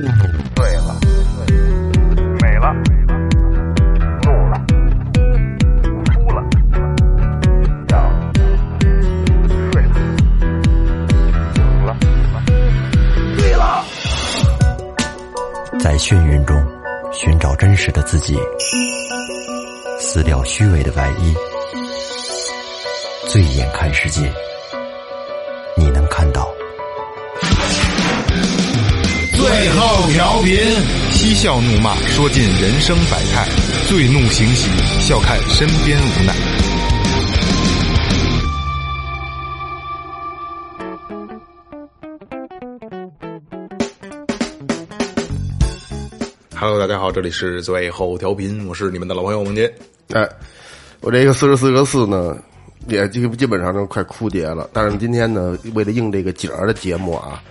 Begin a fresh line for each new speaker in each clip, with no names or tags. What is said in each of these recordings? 了，美了，怒了，哭了，笑了，睡了，醒了，醉了。
在眩晕中寻找真实的自己，撕掉虚伪的外衣，醉眼看世界，你能看到。
最后调频，嬉笑怒骂，说尽人生百态；醉怒行喜，笑看身边无奈。Hello，大家好，这里是最后调频，我是你们的老朋友孟杰。
哎，我这个四十四个四呢，也基基本上都快枯竭了。但是今天呢，为了应这个景儿的节目啊，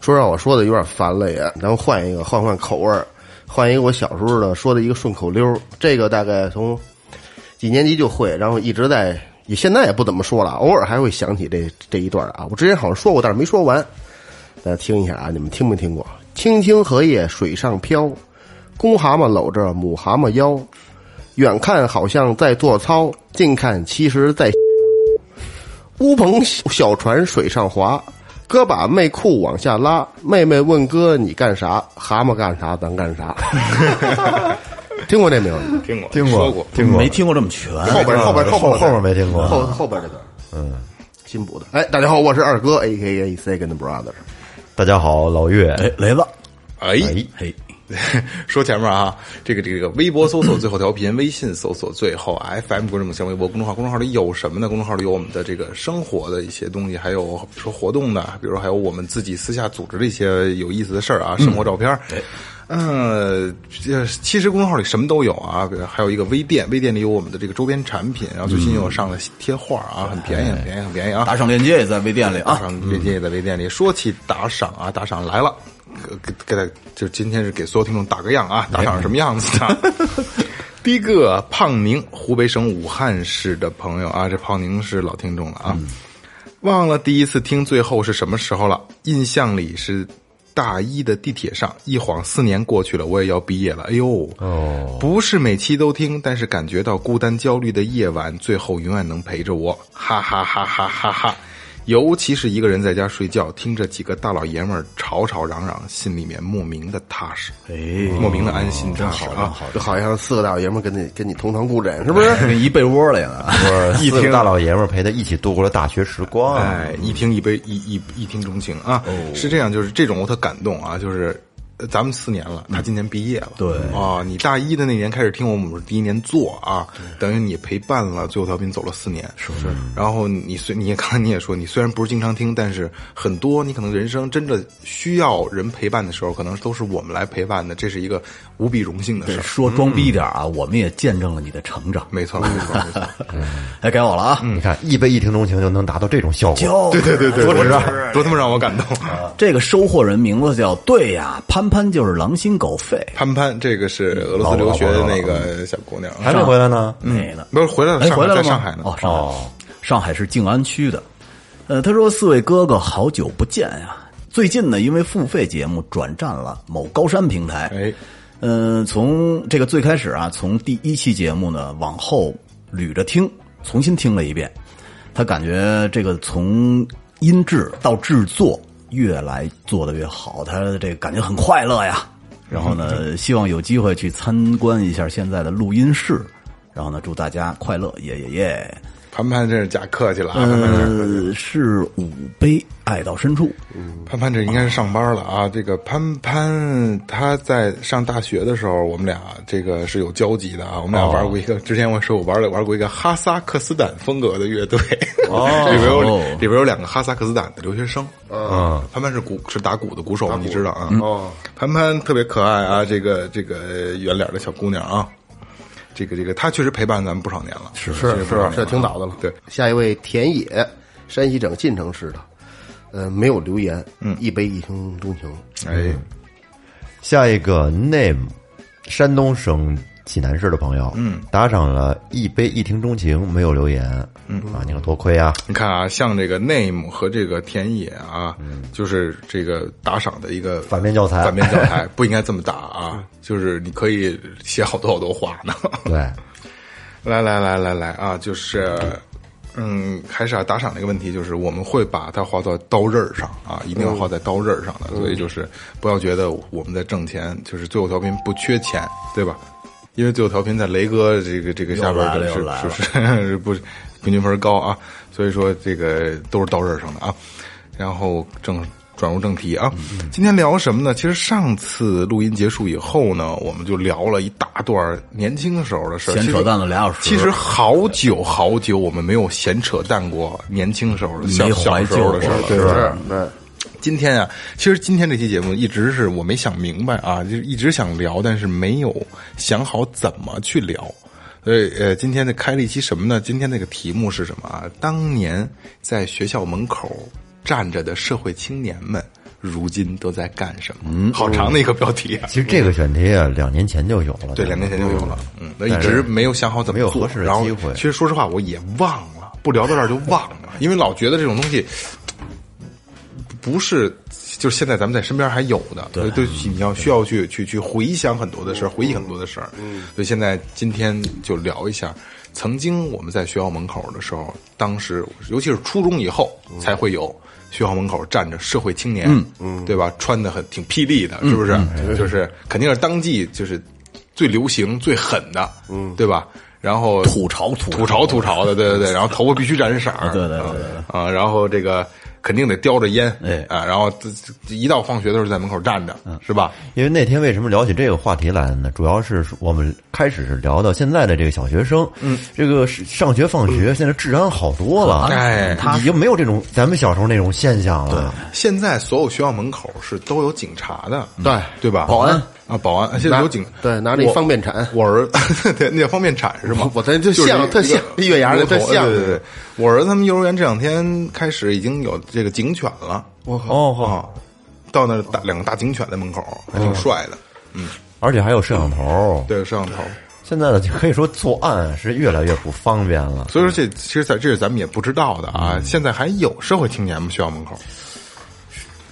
说让我说的有点烦了也，咱们换一个，换换口味儿，换一个我小时候呢说的一个顺口溜儿。这个大概从几年级就会，然后一直在，也现在也不怎么说了，偶尔还会想起这这一段啊。我之前好像说过，但是没说完，大家听一下啊，你们听没听过？青青荷叶水上漂，公蛤蟆搂着母蛤蟆腰。远看好像在做操，近看其实在 乌篷小船水上划，哥把妹裤往下拉，妹妹问哥你干啥？蛤蟆干啥？咱干 啥？听过这名字吗？
听过，
听
说过
过，，听过，
没听过这么全。
后边后边
后
边
后面没听过
后后边这个，嗯，新补的。哎，大家好，我是二哥，A K A Second Brother。
大家好，老岳，
哎，雷子，
哎，
嘿，
说前面啊，这个这个微博搜索最后调频，微信搜索最后 FM 关注我新浪微博公众号，公众号里有什么呢？公众号里有我们的这个生活的一些东西，还有比如说活动的，比如说还有我们自己私下组织的一些有意思的事儿啊，生活照片。嗯，这其实公众号里什么都有啊，比如还有一个微店，微店里有我们的这个周边产品，然后最近又上了贴画啊，很便宜，很便宜，很便宜啊！
打赏链接也在微店里
打
啊。
赏链接也在微店里。说起打赏啊，打赏来了，给给大就今天是给所有听众打个样啊，打赏是什么样子的？第一个胖宁，湖北省武汉市的朋友啊，这胖宁是老听众了啊，忘了第一次听最后是什么时候了，印象里是。大一的地铁上，一晃四年过去了，我也要毕业了。哎呦，哦，不是每期都听，但是感觉到孤单焦虑的夜晚，最后永远能陪着我，哈哈哈哈哈哈。尤其是一个人在家睡觉，听着几个大老爷们儿吵吵嚷嚷，心里面莫名的踏实，
哎，
莫名的安心，真好啊！
就好像四个大老爷们儿跟你跟你同床共枕，是不是？
跟一被窝里呢。
我
一
四个
听
大老爷们儿陪他一起度过了大学时光。
哎，一听一杯一一一听钟情啊，是这样，就是这种我特感动啊，就是。呃咱们四年了，他今年毕业了。
对
啊，你大一的那年开始听我们第一年做啊，等于你陪伴了最后调频走了四年，是不是？然后你虽你也刚才你也说，你虽然不是经常听，但是很多你可能人生真的需要人陪伴的时候，可能都是我们来陪伴的，这是一个无比荣幸的事
对，
儿。
说装逼一点啊，我们也见证了你的成长。
没错，没错，没错。
哎，该我了啊。
嗯
你看，一杯一听钟情就能达到这种效果，
就对对对对，
多值啊，多他妈让我感动。
这个收获人名字叫对呀，潘潘就是狼心狗肺。
潘潘，这个是俄罗斯留学的那个小姑娘，
还没回来呢。
那个
不是回来了，
哎，
上
回
海
来了
嗯在
吗
上海呢。
哦，上海，上海是静安区的。呃，他说四位哥哥好久不见呀、最近呢，因为付费节目转战了某高山平台。
哎，
呃，从这个最开始啊，从第一期节目呢往后捋着听，重新听了一遍，他感觉这个从音质到制作越来做的越好，他这个感觉很快乐呀。然后
嗯
呢，希望有机会去参观一下现在的录音室。然后呢，祝大家快乐，耶耶耶！
潘潘真是假客气了啊！潘潘这
呃，是五杯爱到深处，
潘潘这应该是上班了啊。这个潘潘他在上大学的时候，我们俩这个是有交集的啊。我们俩玩过一个，之前我说我玩了玩过一个哈萨克斯坦风格的乐队，里边有
哦
里边有两个哈萨克斯坦的留学生，
嗯，
潘潘是鼓是打鼓的鼓手，你知道啊？
嗯
哦，潘潘特别可爱啊，这个这个圆脸的小姑娘啊，这个这个她确实陪伴咱们不少年了，是是
是这挺早的了。
对，
下一位田野，山西省晋城市的，呃，没有留言，嗯，一杯一听钟情，
哎，
下一个 name，山东省济南市的朋友，嗯，打赏了一杯一听钟情，没有留言，嗯啊，你看多亏啊，
你看啊，像这个 name 和这个田野啊，就是这个打赏的一个
嗯反面教材
反面教 材不应该这么打啊，就是你可以写好多好多话呢。
对，
来来来来来啊，就是，嗯，还是啊，打赏的一个问题，就是我们会把它花到刀刃儿上啊，一定要花在刀刃儿上
嗯
的，所以就是不要觉得我们在挣钱，就是最后调频不缺钱，对吧？因为最后调频在雷哥这个这个下边
又来了
儿
又来
是
了
是是是不是平均分高啊，所以说这个都是刀刃儿上的啊。然后正转入正题啊，
嗯
今天聊什么呢？其实上次录音结束以后呢，我们就聊了一大段年轻时候的事儿，
闲
其实
扯淡了俩小时
其实好久好久，我们没有闲扯淡过年轻时候的小
没
小
怀
时候的
旧
事儿
过
了，
对
是不是？
对，
今天啊，其实今天这期节目一直是我没想明白啊，就是一直想聊，但是没有想好怎么去聊。所以呃，今天的开了一期什么呢？今天那个题目是什么啊？当年在学校门口站着的社会青年们，如今都在干什么？嗯，好长的一个标题啊。
其实这个选题啊，两年前就有了，
对，两年前就有了，嗯，那一
但
直
是
没有想好怎么
没有
做
合适的
然后
机会
其实说实话，我也忘了，不聊到这儿就忘了，因为老觉得这种东西不是，就是现在咱们在身边还有的，对对，
嗯
你要需要去去去回想很多的事儿，回忆很多的事儿，嗯，所以现在今天就聊一下。曾经我们在学校门口的时候，当时尤其是初中以后才会有学校门口站着社会青年，嗯，对吧？穿的很挺霹雳的，是不是？
嗯
就是肯定是当季就是最流行、最狠的，嗯，对吧？然后
吐槽吐槽
吐槽吐槽的，对对对，然后头发必须染色儿，
对对对对对
啊，然后这个肯定得叼着烟，
哎
啊，然后这这一到放学的时候在门口站着，
嗯
是吧？
因为那天为什么聊起这个话题来呢？主要是我们开始是聊到现在的这个小学生，嗯，这个是上学放学现在治安好多了，
哎
已经没有这种咱们小时候那种现象了。
现在所有学校门口是都有警察的，
对
嗯对吧？
嗯保安
啊，保安现在有警，
对拿着一
我
方便铲
我儿子 对那叫方便铲是吗？
我咱就像
是一个
特像一月牙的
木头
特像
对对对，我儿子他们幼儿园这两天开始已经有这个警犬了，
哦，好，
啊，到那儿大两个大警犬在门口，还
哦
挺帅的，
而且还有摄像头。
对，摄像头。
现在呢，就可以说作案是越来越不方便了。
所以说这其实在这是咱们也不知道的啊。
嗯
现在还有社会青年吗？学校门口？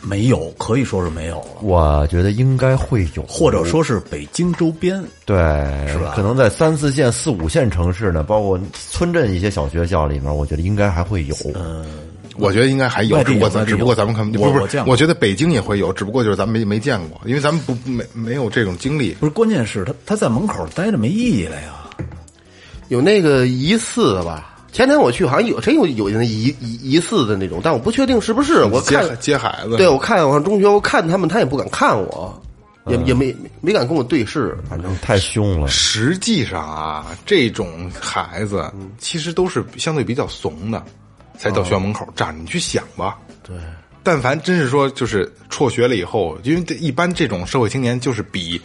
没有，可以说是没有了，
我觉得应该会有，
或者说是北京周边
对，是
吧
可能在三四线、四五线城市呢，包括村镇一些小学校里面，我觉得应该还会有。
我觉得应该还有，
外地
只不
有
过
外
咱
地
只
有
不过咱们看
我
不是不
我
是
见，过
我觉得北京也会有，只不过就是咱们没没见过，因为咱们不没没有这种经历。
不是，关键是他他在门口待着没意义了呀。
有那个疑似的吧？前天我去好像有真有有那疑疑疑似的那种，但我不确定是不是。我
接
看
接孩子，
对，我看我上中学，我看他们，他也不敢看我，也也没没敢跟我对视。
反正太凶了，
实际上啊，这种孩子
嗯
其实都是相对比较怂的，才到学校门口站着。你去想吧，对。但凡真是说就是辍学了以后，因为这一般这种社会青年就是比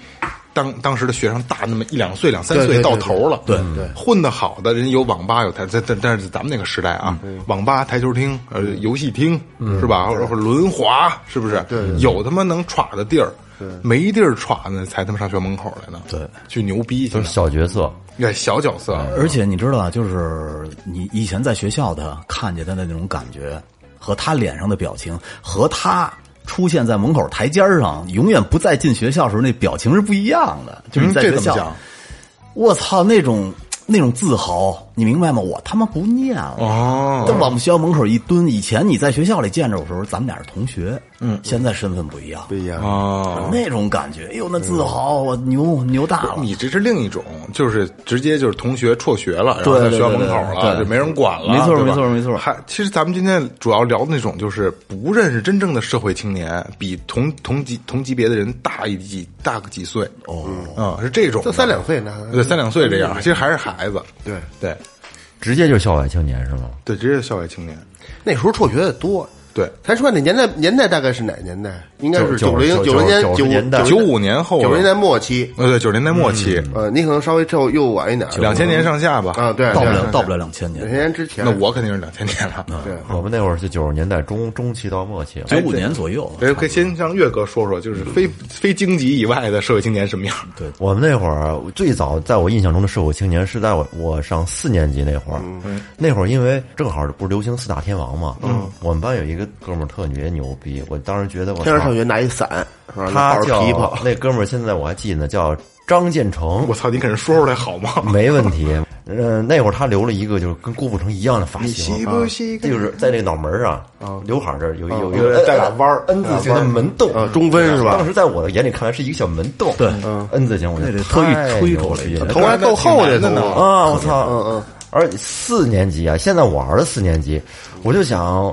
当当时的学生大那么一两岁、两三
对
岁
对
到
对
头了。
对
对，混得好的人有网吧有台，但但但是咱们那个时代啊，网吧、台球厅、呃游戏厅是吧？或者或者轮滑是不是？对，有他妈能耍的地儿。没地儿耍呢，才他妈上学校门口来呢。
对，
去牛逼去
都
呢
是小角色。
对，小角色，
而且你知道啊，就是你以前在学校的看见的那种感觉，和他脸上的表情，和他出现在门口台阶儿上，永远不再进学校时候那表情是不一样的。就是
嗯，
你在
这
学
怎么
校
讲，？
我操，那种那种自豪，你明白吗？我他妈不念了。
哦，
但往我们学校门口一蹲，以前你在学校里见着我的时候，咱们俩是同学，嗯，现在身份不一样，
不一样，
哦，
那种感觉，哎呦，那自豪，我牛牛大了，
你这是另一种，就是直接就是同学辍学了，然后
对
在
对
学校门
对
口
对
了，
对
就没人管了，
没错
对吧
没错没错
还其实咱们今天主要聊的那种，就是不认识真正的社会青年，比同同级同级别的人大一几大个几岁，哦，啊，是这种的，
就三两岁呢。
对，三两岁这样，其实还是孩子，
对
对
直接就校外青年是吗？
对，直接校外青年，
那时候辍学的多，
对，
咱说那年代年代大概是哪年代？应该是
九
零
九
零年
九
九
十年代
九五年后了，
九零年代末期，
呃，对，九十年代末期，
呃，你可能稍微稍又晚一点，
两千年上下吧。
啊，对，
到不
对
了到不了两千
两
年
千，年之前。
那我肯定是两千年了。
嗯
我们那会儿是九十年代中中期到末期了，
九五年左右，
对，哎可以先让岳哥说说，就是非非经济以外的社会青年什么样？
我们那会儿最早，在我印象中的社会青年是在我我上四年级那会儿，
嗯
那会儿因为正好不是流行四大天王嘛，嗯，我们班有一个哥们儿特别牛逼，我当时觉得我
天上
操
上学拿一伞，是吧
他
抱着
叫
琵琶，嗯
那哥们儿现在我还记得呢，叫张建成
我，操，你给人说出来好吗？
没问 题。嗯、那会儿他留了一个就是跟郭富城一样的发型，啊就是在这个脑门儿啊，刘海儿这儿有有一个
带俩弯儿
N 字形的门洞
啊，中分是吧
当时在我的眼里看来是一个小门洞，对，N 字形，我觉得
那得特意
太
吹
牛
出来
逼
一
了
下
头发还够厚
那
的
挺难的呢
都。
啊！我操，嗯嗯。而四年级啊，现在我儿子四年级，我就想，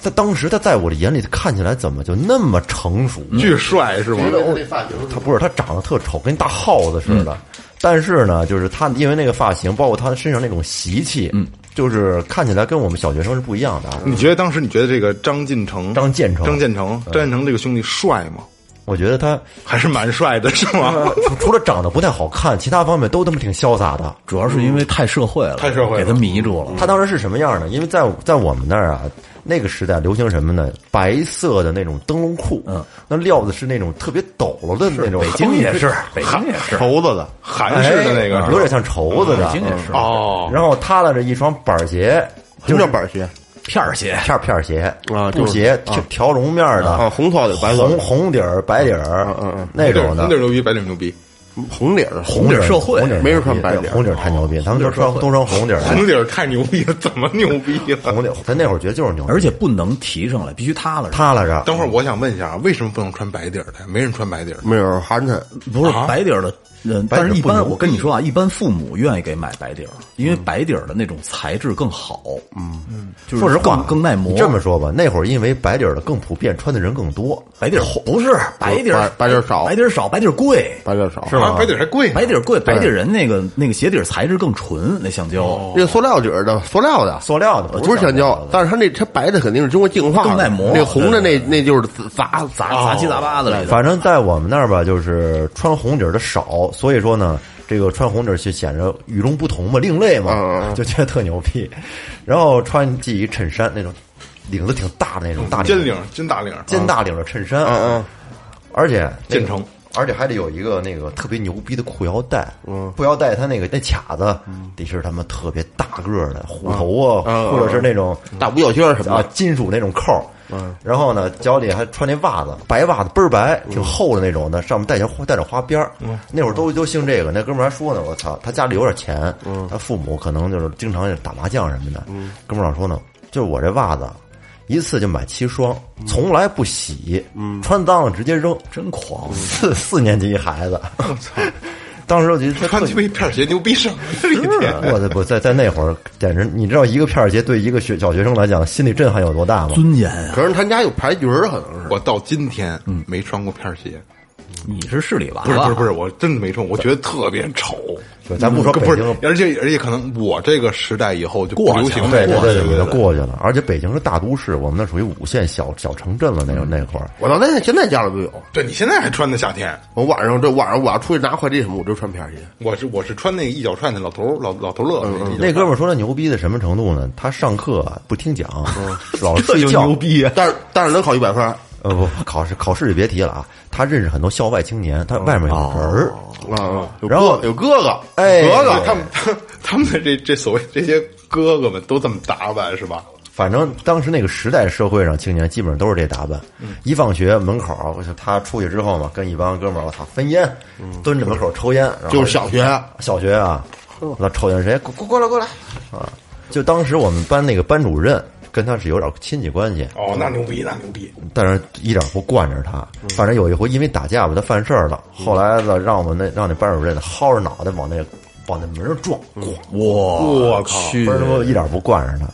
在当时他在我的眼里看起来怎么就那么成熟？
巨帅是吗？
这发型
他不是他长得特丑，跟大耗子似的。但是呢，就是他因为那个发型，包括他身上那种习气，嗯，就是看起来跟我们小学生是不一样的啊。
你觉得当时你觉得这个张进成、
张建成
张建成、张建成这个兄弟帅吗？
我觉得他
还是蛮帅的，是 吗？
除除了长得不太好看，其他方面都他妈挺潇洒的。
主要是因为太社会了，
太社会了
给他迷住了。
他当时是什么样呢？因为在在我们那儿啊，那个时代流行什么呢？白色的那种灯笼裤，嗯，那料子是那种特别抖了的那种，
北京也是，北京也是，
头子的，
韩式的那个
哎
是
有
吧
点像绸子的
北，京也是
哦，
然后踏了着一双板儿鞋，
什么叫板鞋
片儿鞋，
片儿片儿鞋
啊
布
就是
鞋条条绒面儿
啊？
的，
红头的，白头
红红底儿白底儿，嗯嗯，那种
红
的
底儿牛逼，白底儿牛逼，
红领儿，
红底儿
社会
红底儿
没人
牛逼
穿白
对
底儿
红底儿太牛逼，他们都穿都穿红底儿的，
红底儿太牛逼了，怎么牛逼 了？
红底儿，咱那会儿觉得就是牛逼，
而且不能提上来，必须塌了。
踏了着，
等会儿我想问一下啊，为什么不能穿白底儿的？没人穿白底儿的，
没有寒碜，
不是白底儿的，嗯，但是一
白底儿不
般
牛
我跟你说啊，一般父母愿意给买白底儿，因为白底儿的那种材质更好，嗯嗯，就是
说实
更
话，
更耐磨。
你这么说吧，那会儿因为白底儿的更普遍，穿的人更多，
白底儿不是白底儿，
白白底儿少
白底儿少，白底儿贵，
白点少。
是吧
啊白底儿还贵呢，
白底儿贵，白底儿人那个那个鞋底儿材质更纯，那橡胶
啊这个塑料底儿的，塑料的，
塑料的
不是橡胶，但是它那它白的肯定是经过净化的，
更耐磨
那红的那那就是杂杂
杂七杂八的哦来的。
反正在我们那儿吧，就是穿红底儿的少，所以说呢，这个穿红底儿就显着与众不同嘛，另类
嗯
嘛，就觉得特牛逼。然后穿系一衬衫那种，领子挺大的那种大
真
领
领，真大领，
尖大领的衬衫，啊嗯嗯，而且那个
建成。
而且还得有一个那个特别牛逼的裤腰带，嗯，裤腰带它那个那卡子得是他妈特别大个儿的虎头啊，或者是那种
大五角星儿什么
啊
的，，
金属那种扣儿，然后呢，脚里还穿那袜子，白袜子倍儿白，挺厚的那种的，上面带点花带点花边儿。那会儿都都兴这个，那哥们儿还说呢，我操，他家里有点钱，他父母可能就是经常打麻将什么的。哥们儿老说呢，就是我这袜子一次就买七双，从来不洗，穿脏了直接扔。
真狂，
四四年级一孩子，当时我觉得他
穿
特啊
鸡巴一片儿鞋牛逼什么呀？一天
我的不在在那会儿，简直你知道一个片儿鞋对一个学小学生来讲心理震撼有多大吗？
尊严啊！
可是他家有牌局儿，可能是
我到今天没穿过片儿鞋，
你是市里娃
不是不
娃，
是不是，我真的没穿，我觉得特别丑。
就咱不说北
不是
京，，
而且而且可能我这个时代以后就不
过去
流行
了
对
这
对
个
对
了
对，就过去了。而且北京是大都市，我们那属于五线小小城镇了，那个那会儿。
我到现在现在家里都有。
对你现在还穿的夏天，
我晚上这晚上我要出去拿快递什么，我就穿皮鞋。
我是我是穿那个一脚踹那老头儿老老头乐
那哥们儿说他牛逼的什么程度呢？他上课啊不听讲，老是
这
睡
就
觉
牛。逼啊！
但是但是能考一百分
啊
儿
呃不，考试考试就别提了啊。他认识很多校外青年，他外面有人儿。
啊，有
然后
哥有哥哥，
哎
哥
哥
哥
他们他他们的这这所谓这些哥哥们都这么打扮是吧？
反正当时那个时代社会上青年基本上都是这打扮。一放学门口儿，他出去之后嘛，跟一帮哥们儿，我操，分烟，蹲着门口抽烟，然后
就是小学，
小学啊，
哦
那抽烟谁过过过来过来啊！就当时我们班那个班主任跟他是有点亲戚关系，
哦，那牛逼那牛逼，
但是一点不惯着他。
嗯
反正有一回因为打架吧，他犯事儿了，后来呢让我们那让那班主任薅着脑袋往那往那门上撞，咣，
我去
不，
哎
是说一点不惯着他。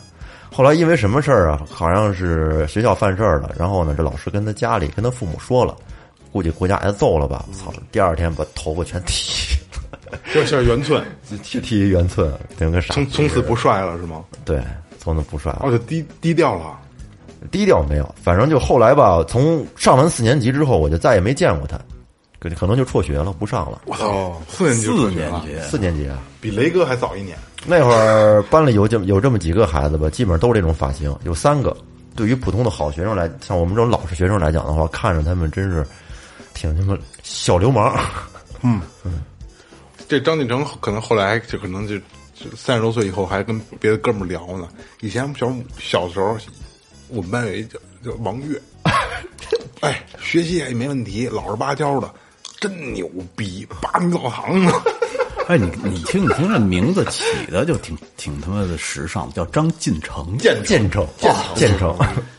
后来因为什么事儿啊？好像是学校犯事儿了，然后呢，这老师跟他家里跟他父母说了，估计回家挨揍了吧？
嗯
操！第二天把头发全剃，
就是圆寸，
去剃一圆寸，跟个傻逼
从从
似
此
的
不帅了是吗？
对，从此不帅了。
哦，就低低调了。
低调没有，反正就后来吧，从上完四年级之后，我就再也没见过他，可可能就辍学了，不上了。
我操，四年级就
四
辍学
年
了，
级，
四年级啊，
比雷哥还早一年。
那会儿班里有这么有这么几个孩子吧，基本上都是这种发型，有三个。对于普通的好学生来，像我们这种老实学生来讲的话，看着他们真是挺他妈小流氓。
这张晋成可能后来就可能就三十多岁以后还跟别的哥们儿聊呢。以前小小时候，我们班有一叫叫王 月，哎，学习也没问题，老实巴交的，真牛逼，八米澡 堂子。
哎，你你听你听这名字起的就挺挺他妈的时尚，叫张进成，
建建成，建成，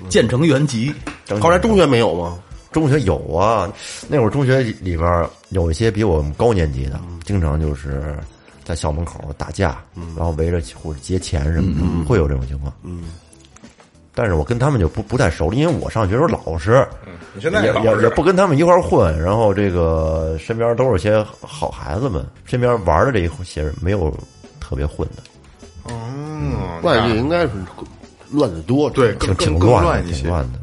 建成原籍，
后来中学没有吗？
中学有啊，那会儿中学里边儿有一些比我们高年级
嗯
的，经常就是在校门口打架，然后围着或者劫钱什
嗯
么的，会有这种情况。嗯，但是我跟他们就不不太熟了，因为我上学时候老实，
你现在
也
老
也
实
也不跟他们一块儿混，然后这个身边都是些好孩子们，身边玩的这一些人没有特别混的，
嗯，
那也应该是乱的多，
对，
挺
更
挺
更更
乱
乱
的，
一
挺
些。
乱的。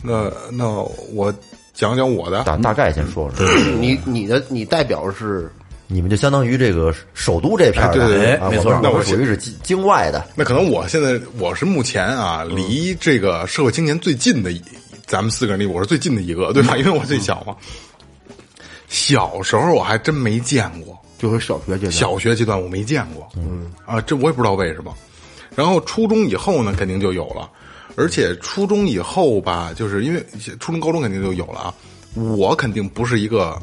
那那我讲讲我的，
大大概先说说，
嗯
你你的你代表是
你们就相当于这个首都这片儿的，
哎对对对
啊
没
我
错
们
那
我
我
们属于是京京外的。
那可能我现在我是目前啊，离这个社会青年最近的一，咱们四个人里，我是最近的一个，对吧？因为我最小嘛。小时候我还真没见过，
就是小学阶段，
小学阶段我没见过，嗯啊，这我也不知道为什么。然后初中以后呢，肯定就有了，而且初中以后吧，就是因为初中、高中肯定就有了啊。我肯定不是一个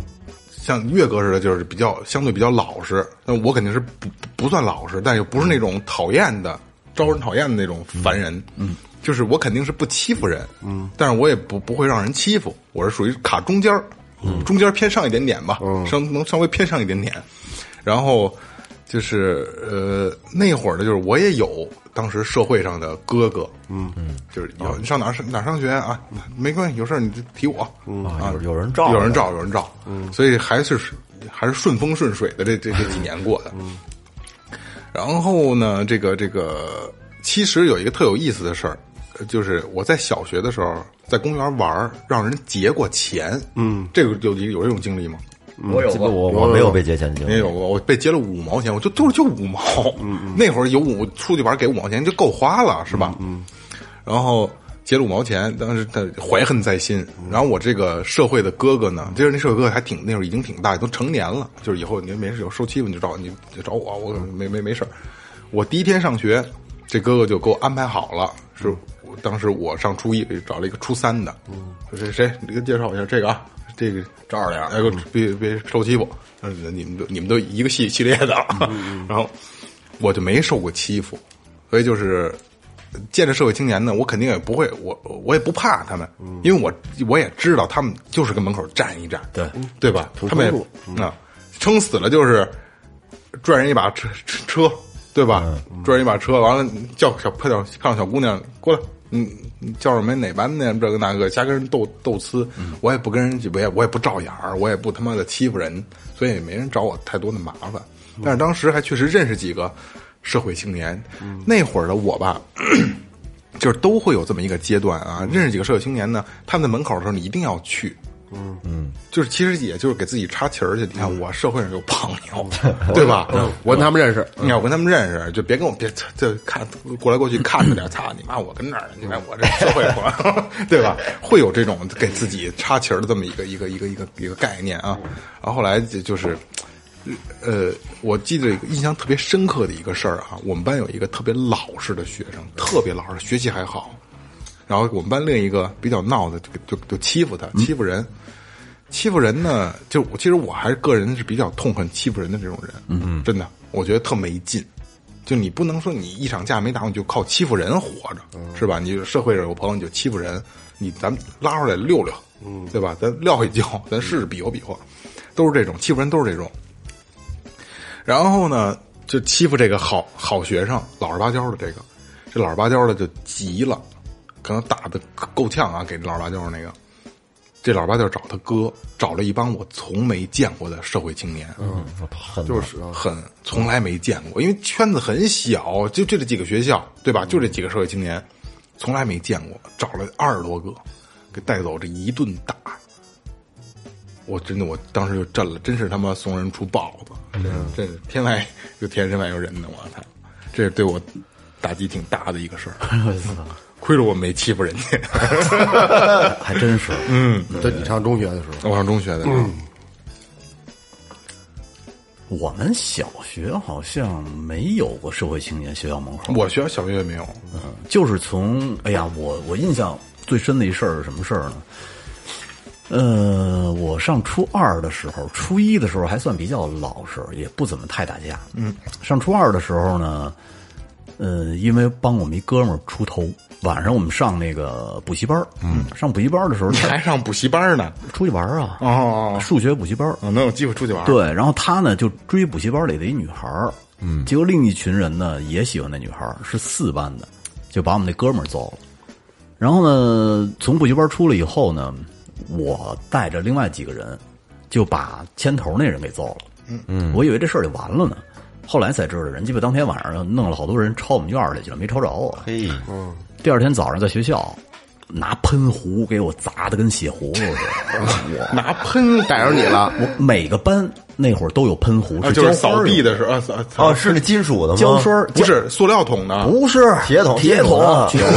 像岳哥似的，就是比较相对比较老实，那我肯定是不不算老实，但又不是那种讨厌的、招人讨厌的那种烦人，嗯，就是我肯定是不欺负人，嗯，但是我也不不会让人欺负，我是属于卡中间儿，中间偏上一点点吧，上能稍微偏上一点点，然后就是呃那会儿呢，就是我也有当时社会上的哥哥，嗯嗯，就是有你上哪儿上哪儿上学啊？没关系，有事儿你就提我，嗯啊，
有有人照
有人
着
照，有人照，嗯，所以还是还是顺风顺水的这这这几年过的，嗯，然后呢，这个这个其实有一个特有意思的事儿。呃就是我在小学的时候，在公园玩儿，让人劫过钱。嗯，这个有有这种经历吗？
嗯我有
这个我我没有被劫钱经
没
历，
有过，我被劫了五毛钱，我就就是就五毛。那会儿有五，出去玩给五毛钱就够花了，是吧？嗯嗯。然后劫了五毛钱，当时他怀恨在心。然后我这个社会的哥哥呢，就是那社会哥哥还挺那会儿已经挺大，都成年了，就是以后你没事有受欺负你就找你就找我，我没没没事儿。我第一天上学，这哥哥就给我安排好了，是我当时我上初一找了一个初三的，说谁谁你给介绍一下这个啊，这个赵二两，哎，给我别别受欺负，嗯你们都你们都一个系系列的啊， 然后我就没受过欺负，所以就是见着社会青年呢，我肯定也不会，我我也不怕他们，因为我我也知道他们就是跟门口站一站，对对吧？他们也啊，撑死了就是拽人一把车车车，对吧？拽人一把车，完了叫小漂亮漂亮小姑娘过来，你你叫什么哪班的？这个那个，瞎跟人斗斗呲，我也不跟人，我也我也不照眼儿，我也不他妈的欺负人，所以也没人找我太多的麻烦。但是当时还确实认识几个社会青年，那会儿的我吧。就是都会有这么一个阶段啊，认识几个社会青年呢，他们在门口的时候，你一定要去，
嗯
就是其实也就是给自己插旗儿去。你看我社会上有朋友，对吧？嗯
我跟嗯他们认识，
你要跟他们认识，就别跟我别就看过来过去看着点，操你妈！我跟那儿，你看我这社会朋友， 对吧？会有这种给自己插旗儿的这么一个一个一个一个一个概念啊。然后后来就就是，呃，我记得印象特别深刻的一个事儿啊，我们班有一个特别老实的学生，特别老实，学习还好。然后我们班另一个比较闹的，就就就欺负他，欺负人。欺负人呢，就我其实我还是个人是比较痛恨欺负人的这种人，嗯，真的，我觉得特没劲。就你不能说你一场架没打，你就靠欺负人活着，是吧？你社会上有朋友你就欺负人，你咱们拉出来溜溜，嗯，对吧？咱撂一跤，咱试试比划比划，都是这种欺负人，都是这种。然后呢，就欺负这个好好学生，老实巴交的这个，这老实巴交的就急了，可能打的够呛啊，给老实巴交的那个。这老八就找他哥，找了一帮我从没见过的社会青年，嗯，
很
就是很从来没见过，因为圈子很小，就就这几个学校，对吧？就这几个社会青年，从来没见过，找了二十多个，给带走这一顿打。我真的，我当时就震了，真是他妈怂人出豹子，真是天外有天，人外有人呢，我操！这是对我打击挺大的一个事儿，亏了我没欺负人家。
还真是，
在你上中学的时候，
我上中学的时候，
我们小学好像没有过社会青年学校门口，
我学校小学也没有，
就是从哎呀，我我印象最深的一事儿是什么事儿呢？呃，我上初二的时候，初一的时候还算比较老实，也不怎么太打架。嗯，上初二的时候呢，呃，因为帮我们一哥们儿出头，晚上我们上那个补习班嗯，上补习班的时候，
你还上补习班呢？
出去玩儿啊，
哦
数学补习班儿
哦，能有机会出去玩？，
对，然后他呢就追补习班里的一女孩儿，嗯，结果另一群人呢也喜欢那女孩儿，是四班的，就把我们那哥们儿揍了。然后呢，从补习班出来以后呢，我带着另外几个人就把牵头那人给揍了。嗯嗯，我以为这事儿就完了呢，后来才知道人鸡巴当天晚上弄了好多人抄我们院儿里去了，没抄着我。
嘿，
第二天早上在学校拿喷壶给我砸的跟血葫芦似的， 我
拿喷
逮着你了，
我每个班那会儿都有喷壶，
啊，
浇
就是
花
扫地
用
的时候啊，扫扫
哦，是那金属的吗？
胶栓儿
不是塑料桶的，
嗯不是
铁桶
铁
铁桶啊
铁桶，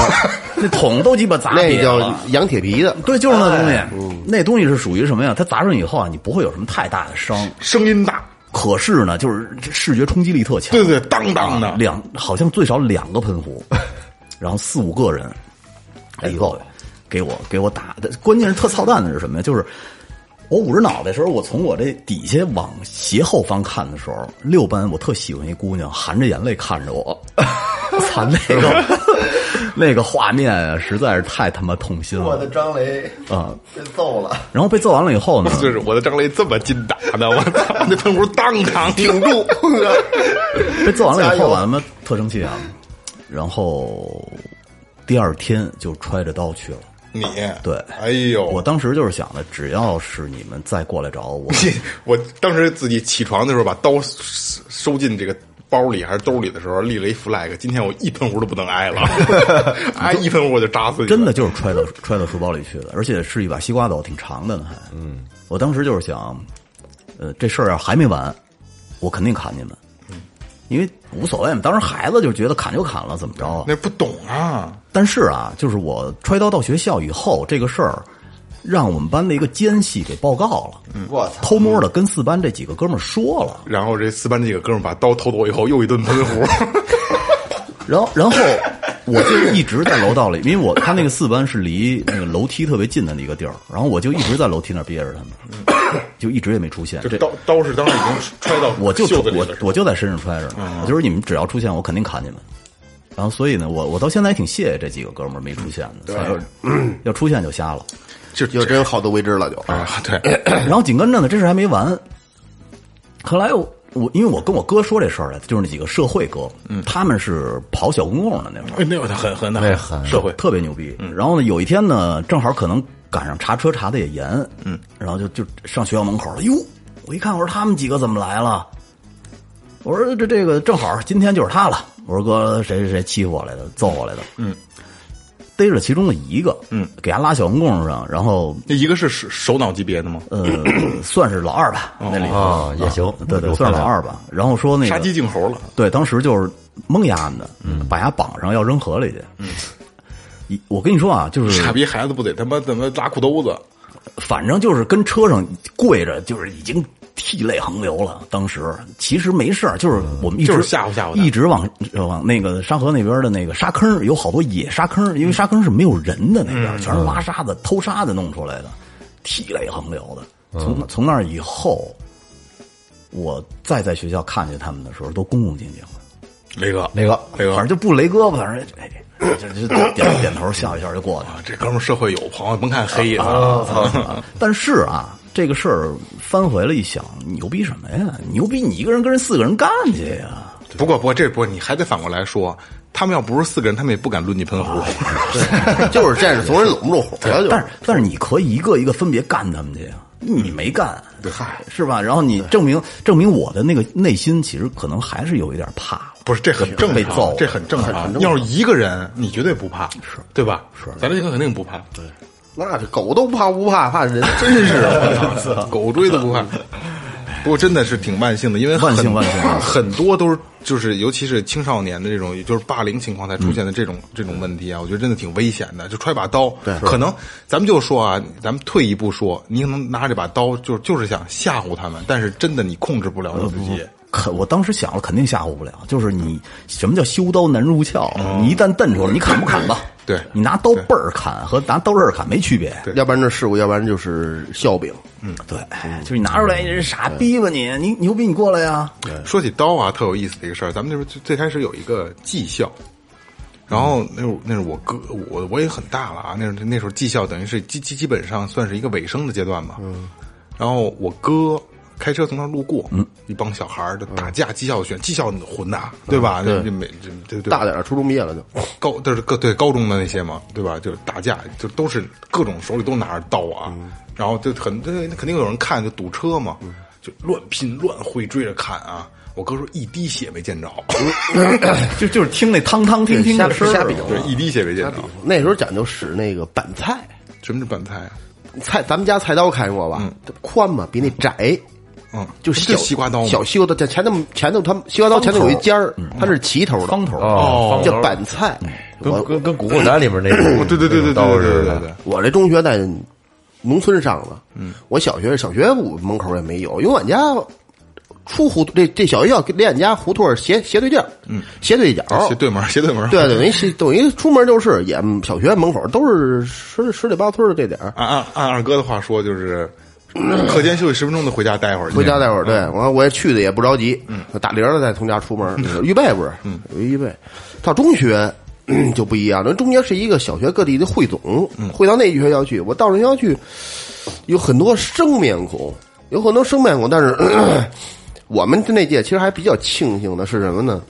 那桶都鸡巴砸
那
瘪
叫
了。哎
羊铁皮的，
对，就是那东西，嗯那东西是属于什么呀？它砸上以后啊，你不会有什么太大的伤，
声音大，
可是呢，就是视觉冲击力特强。
对对，当当的，
两好像最少两个喷壶，然后四五个人
哎
来揍，给我给我打的。关键是特操蛋的是什么呀？就是我捂着脑袋的时候，我从我这底下往斜后方看的时候，六班我特喜欢一姑娘，含着眼泪看着我， 操那 个那个画面啊，实在是太他妈痛心
我
了
的张雷
啊！
被揍了，
然后被揍完了以后呢，
就是我的张雷这么劲打的，我操， 那喷壶当当顶住，
被揍完了
加
以
油
后，我他妈特生气啊！然后第二天就揣着刀去了。
你
对
哎呦，
我当时就是想的，只要是你们再过来找我，
我当时自己起床的时候把刀收收进这个包里还是兜里的时候立了一 flag，今天我一喷壶都不能挨了， 挨一喷壶我就扎死你，
真的。就是揣到揣到书包里去的，而且是一把西瓜刀，挺长的呢还。嗯，我当时就是想，呃，这事儿啊还没完，我肯定砍你们，因为无所谓嘛，当时孩子就觉得砍就砍了，怎么着啊？
那不懂啊，
但是啊，就是我揣刀到学校以后，这个事儿让我们班的一个奸细给报告了，嗯，
我操！
偷摸的跟四班这几个哥们儿说了。
然后这四班这几个哥们儿把刀偷走以后，又一顿喷壶，
然后，然后我就一直在楼道里，因为我他那个四班是离那个楼梯特别近的一个地儿，然后我就一直在楼梯那儿憋着他们， 就一直也没出现。
嗯就
这
刀刀是当时已经揣到
我就
袖子里
我
了，是吧
我就在身上揣着
嗯
呢，我就是你们只要出现，我肯定砍你们。然后，所以呢，我我到现在还挺谢谢这几个哥们儿没出现的，操要要出现就瞎了。
就
就真好自为之了，就
啊，对，
然后紧跟着呢，这事还没完。后来我我因为我跟我哥说这事儿了，就是那几个社会哥，他们是跑小公共的那会儿，
那会儿很很
那
那
哎很
社会
特别牛逼。然后呢，有一天呢，正好可能赶上查车查的也严，嗯，然后就就上学校门口了。哟，我一看，我说他们几个怎么来了？我说这这个正好今天就是他了。我说哥，谁谁谁欺负我来的，揍我来的，嗯，逮着其中的一个，嗯，给他拉小公共上，然后
那一个是首首脑级别的吗？
呃，算是老二吧，那里头、
哦也
啊
行
啊对对，
有
算是
分量
老二吧。然后说那个
杀鸡儆猴了，
对，当时就是蒙丫的，嗯，把牙绑上要扔河里去。嗯， 一我跟你说啊，就是
傻逼孩子不得他妈怎么拉裤兜子？
反正就是跟车上跪着，就是已经涕泪横流了。当时其实没事儿就是我们一直、
就是吓唬吓唬他
一直往呃往那个沙河那边的那个沙坑儿，有好多野沙坑儿，因为沙坑是没有人的那边，
嗯
全是挖沙子、偷沙子弄出来的，涕泪横流
嗯
的。从、从那儿以后，我再在学校看见他们的时候，都恭恭敬敬的。
雷哥，
那个
雷哥，
反正就不雷胳膊，反正哎，就就就点点头笑一笑就过去了。
这哥们儿社会有朋友，甭看黑啊呀、
但是啊，这个事儿翻回来一想，你牛逼什么呀？牛逼你一个人跟人四个人干去呀？
不过，不过这不，你还得反过来说，他们要不是四个人，他们也不敢抡你喷壶。
就是这样，怂人拢不住火了，就
但是但是你可以一个一个分别干他们去呀。你没干，
对
嗨，是吧？然后你证明证明我的那个内心其实可能还是有一点怕，
不是，这很正
被
常
揍，
这很正常。要是一个人，你绝对不怕，是对吧？是，咱这个肯定不怕，对，
那是狗都怕不怕，怕人真
真是啊 我操 狗追都不怕。 不过真的是挺万幸的，因为
万幸
很
万幸万幸
很多都是就是尤其是青少年的这种就是霸凌情况才出现的这种、
嗯
这种问题啊，我觉得真的挺危险的。就揣把刀，可能咱们就说啊，咱们退一步说，你可能拿这把刀就就是想吓唬他们，但是真的你控制不了你自己。
肯，我当时想了，肯定吓唬不了。就是你什么叫修刀难入鞘？你一旦瞪出来，你砍不砍 吧？
对
你拿刀背儿砍和拿刀刃儿砍没区别。
要不然这事故，要不然就是笑柄。
嗯，对，就是你拿出来，你是傻逼吧你？你牛逼，你过来呀！
说起刀啊，特有意思的一个事儿。咱们那时候最最开始有一个技校，然后那时候那是我哥，我我也很大了啊。那时候那时候技校等于是基基基本上算是一个尾声的阶段嘛。嗯。然后我哥开车从那儿路过，嗯，一帮小孩儿就打架，技校选技校混呐，对吧？那这没这对对
大点儿，初中毕业了就。
高就是各对高中的那些嘛，对吧？就是打架，就都是各种手里都拿着刀啊，
嗯
然后就很对，那肯定有人看，就堵车嘛，就乱拼乱挥追着砍啊。我哥说一滴血没见着，
哦
就就是听那汤汤听听的声儿
瞎比
对，一滴血没见着。
那时候讲究使那个板菜，
什么是板菜啊？
菜咱们家菜刀看见过吧？这宽嘛，比那窄，
嗯，
就
不是
小
西瓜刀吗？
小西瓜刀前前头前头它西瓜刀前头有一尖儿，它是齐头的，
方头儿。
哦
叫板菜。
跟
我
跟跟《古惑仔》里面那种
哦 对对对
那种
对对
刀
对对
似
对
的
对，
我这中学在农村上的，嗯，我小学小学我门口也没有，因为俺家出胡同这这小学校离俺家胡同斜斜对角，嗯，斜对角，
对斜对门儿斜对门儿，
对，等于是等于出门就是也小学门口都是十十里八村的这点儿，
按啊按按二哥的话说就是，课间休息十分钟就回家待会儿去，
回家待会儿，对，完了我也去的也不着急，嗯，打铃儿了再从家出门儿，预备不是，嗯，有预备。到中学嗯就不一样了，中学是一个小学各地的汇总，汇到那学校去。我到那学校去，有很多生面孔，有很多生面孔，但是咳 咳我们那届其实还比较庆幸的是什么呢？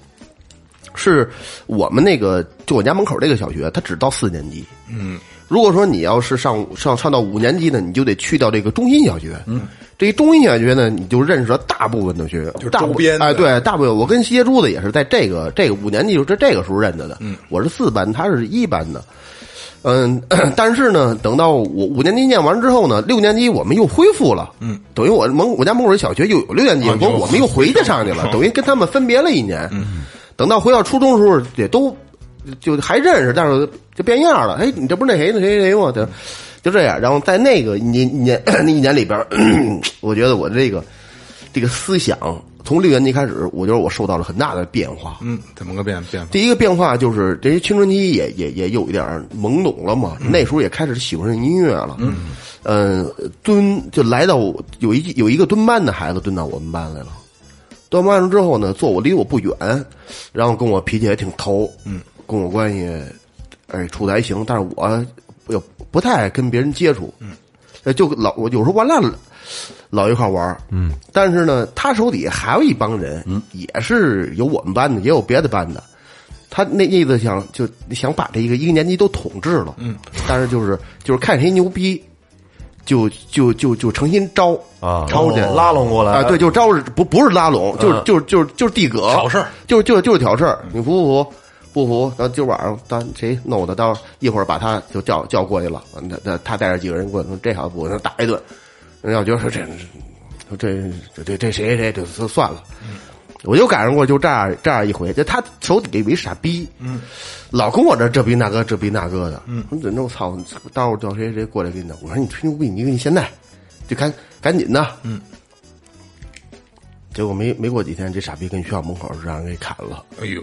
是我们那个就我家门口这个小学，它只到四年级。嗯，如果说你要是上上上到五年级呢，你就得去到这个中心小学。嗯，这一中心小学呢，你就认识了大部分的学员，就是
周边的
哎，对，大部分我跟西街珠子也是在这个这个五年级就是这个时候认得的。嗯，我是四班，他是一班的。嗯， 但是呢，等到我五年级念完之后呢，六年级我们又恢复了，嗯，啊等于我门我家门口小学又有六年级，不、我们又回去上去 了，等于跟他们分别了一年。嗯，等到回到初中的时候，也都就还认识，但是就变样了。哎，你这不是那谁那谁谁吗？就就这样。然后在那个一年一年 那一年里边儿，我觉得我这个这个思想从六年级开始，我觉得我受到了很大的变化。
嗯，怎么个变变法？
第一个变化就是，这些青春期也也也有一点儿懵懂了嘛，那时候也开始喜欢上音乐了。嗯，蹲就来到我有一有一个蹲班的孩子蹲到我们班来了，蹲完班之后呢，坐我离我不远，然后跟我脾气也挺投，嗯，跟我关系哎处的还行，但是我又不太爱跟别人接触，嗯，就老我有时候我俩老一块玩嗯，但是呢，他手底下还有一帮人，嗯，也是有我们班的，也有别的班的。他那意思想就想把这一个一个年级都统治了，嗯，但是就是就是看谁牛逼，就就就就诚心招
啊，
招去、
拉拢过来
啊，对，就是招是不不是拉拢，就是就是就是就是地格
挑事儿，
就是就是就是挑事儿，你服不服？不服，然后今儿晚上咱谁弄的，到一会儿把他就叫叫过去了，那那他带着几个人过去，说这小子不，打一顿，人家觉得说这说这这这这谁谁这就算了，我就赶上过就这样这样一回，就他手底下有一傻逼，嗯，老跟我这这逼那个这逼那个的，嗯，怎么我操，待会儿叫谁谁过来给你弄，我说你吹牛逼，你你现在就赶赶紧的，嗯，结果没没过几天，这傻逼跟学校门口让人给砍了。
哎呦，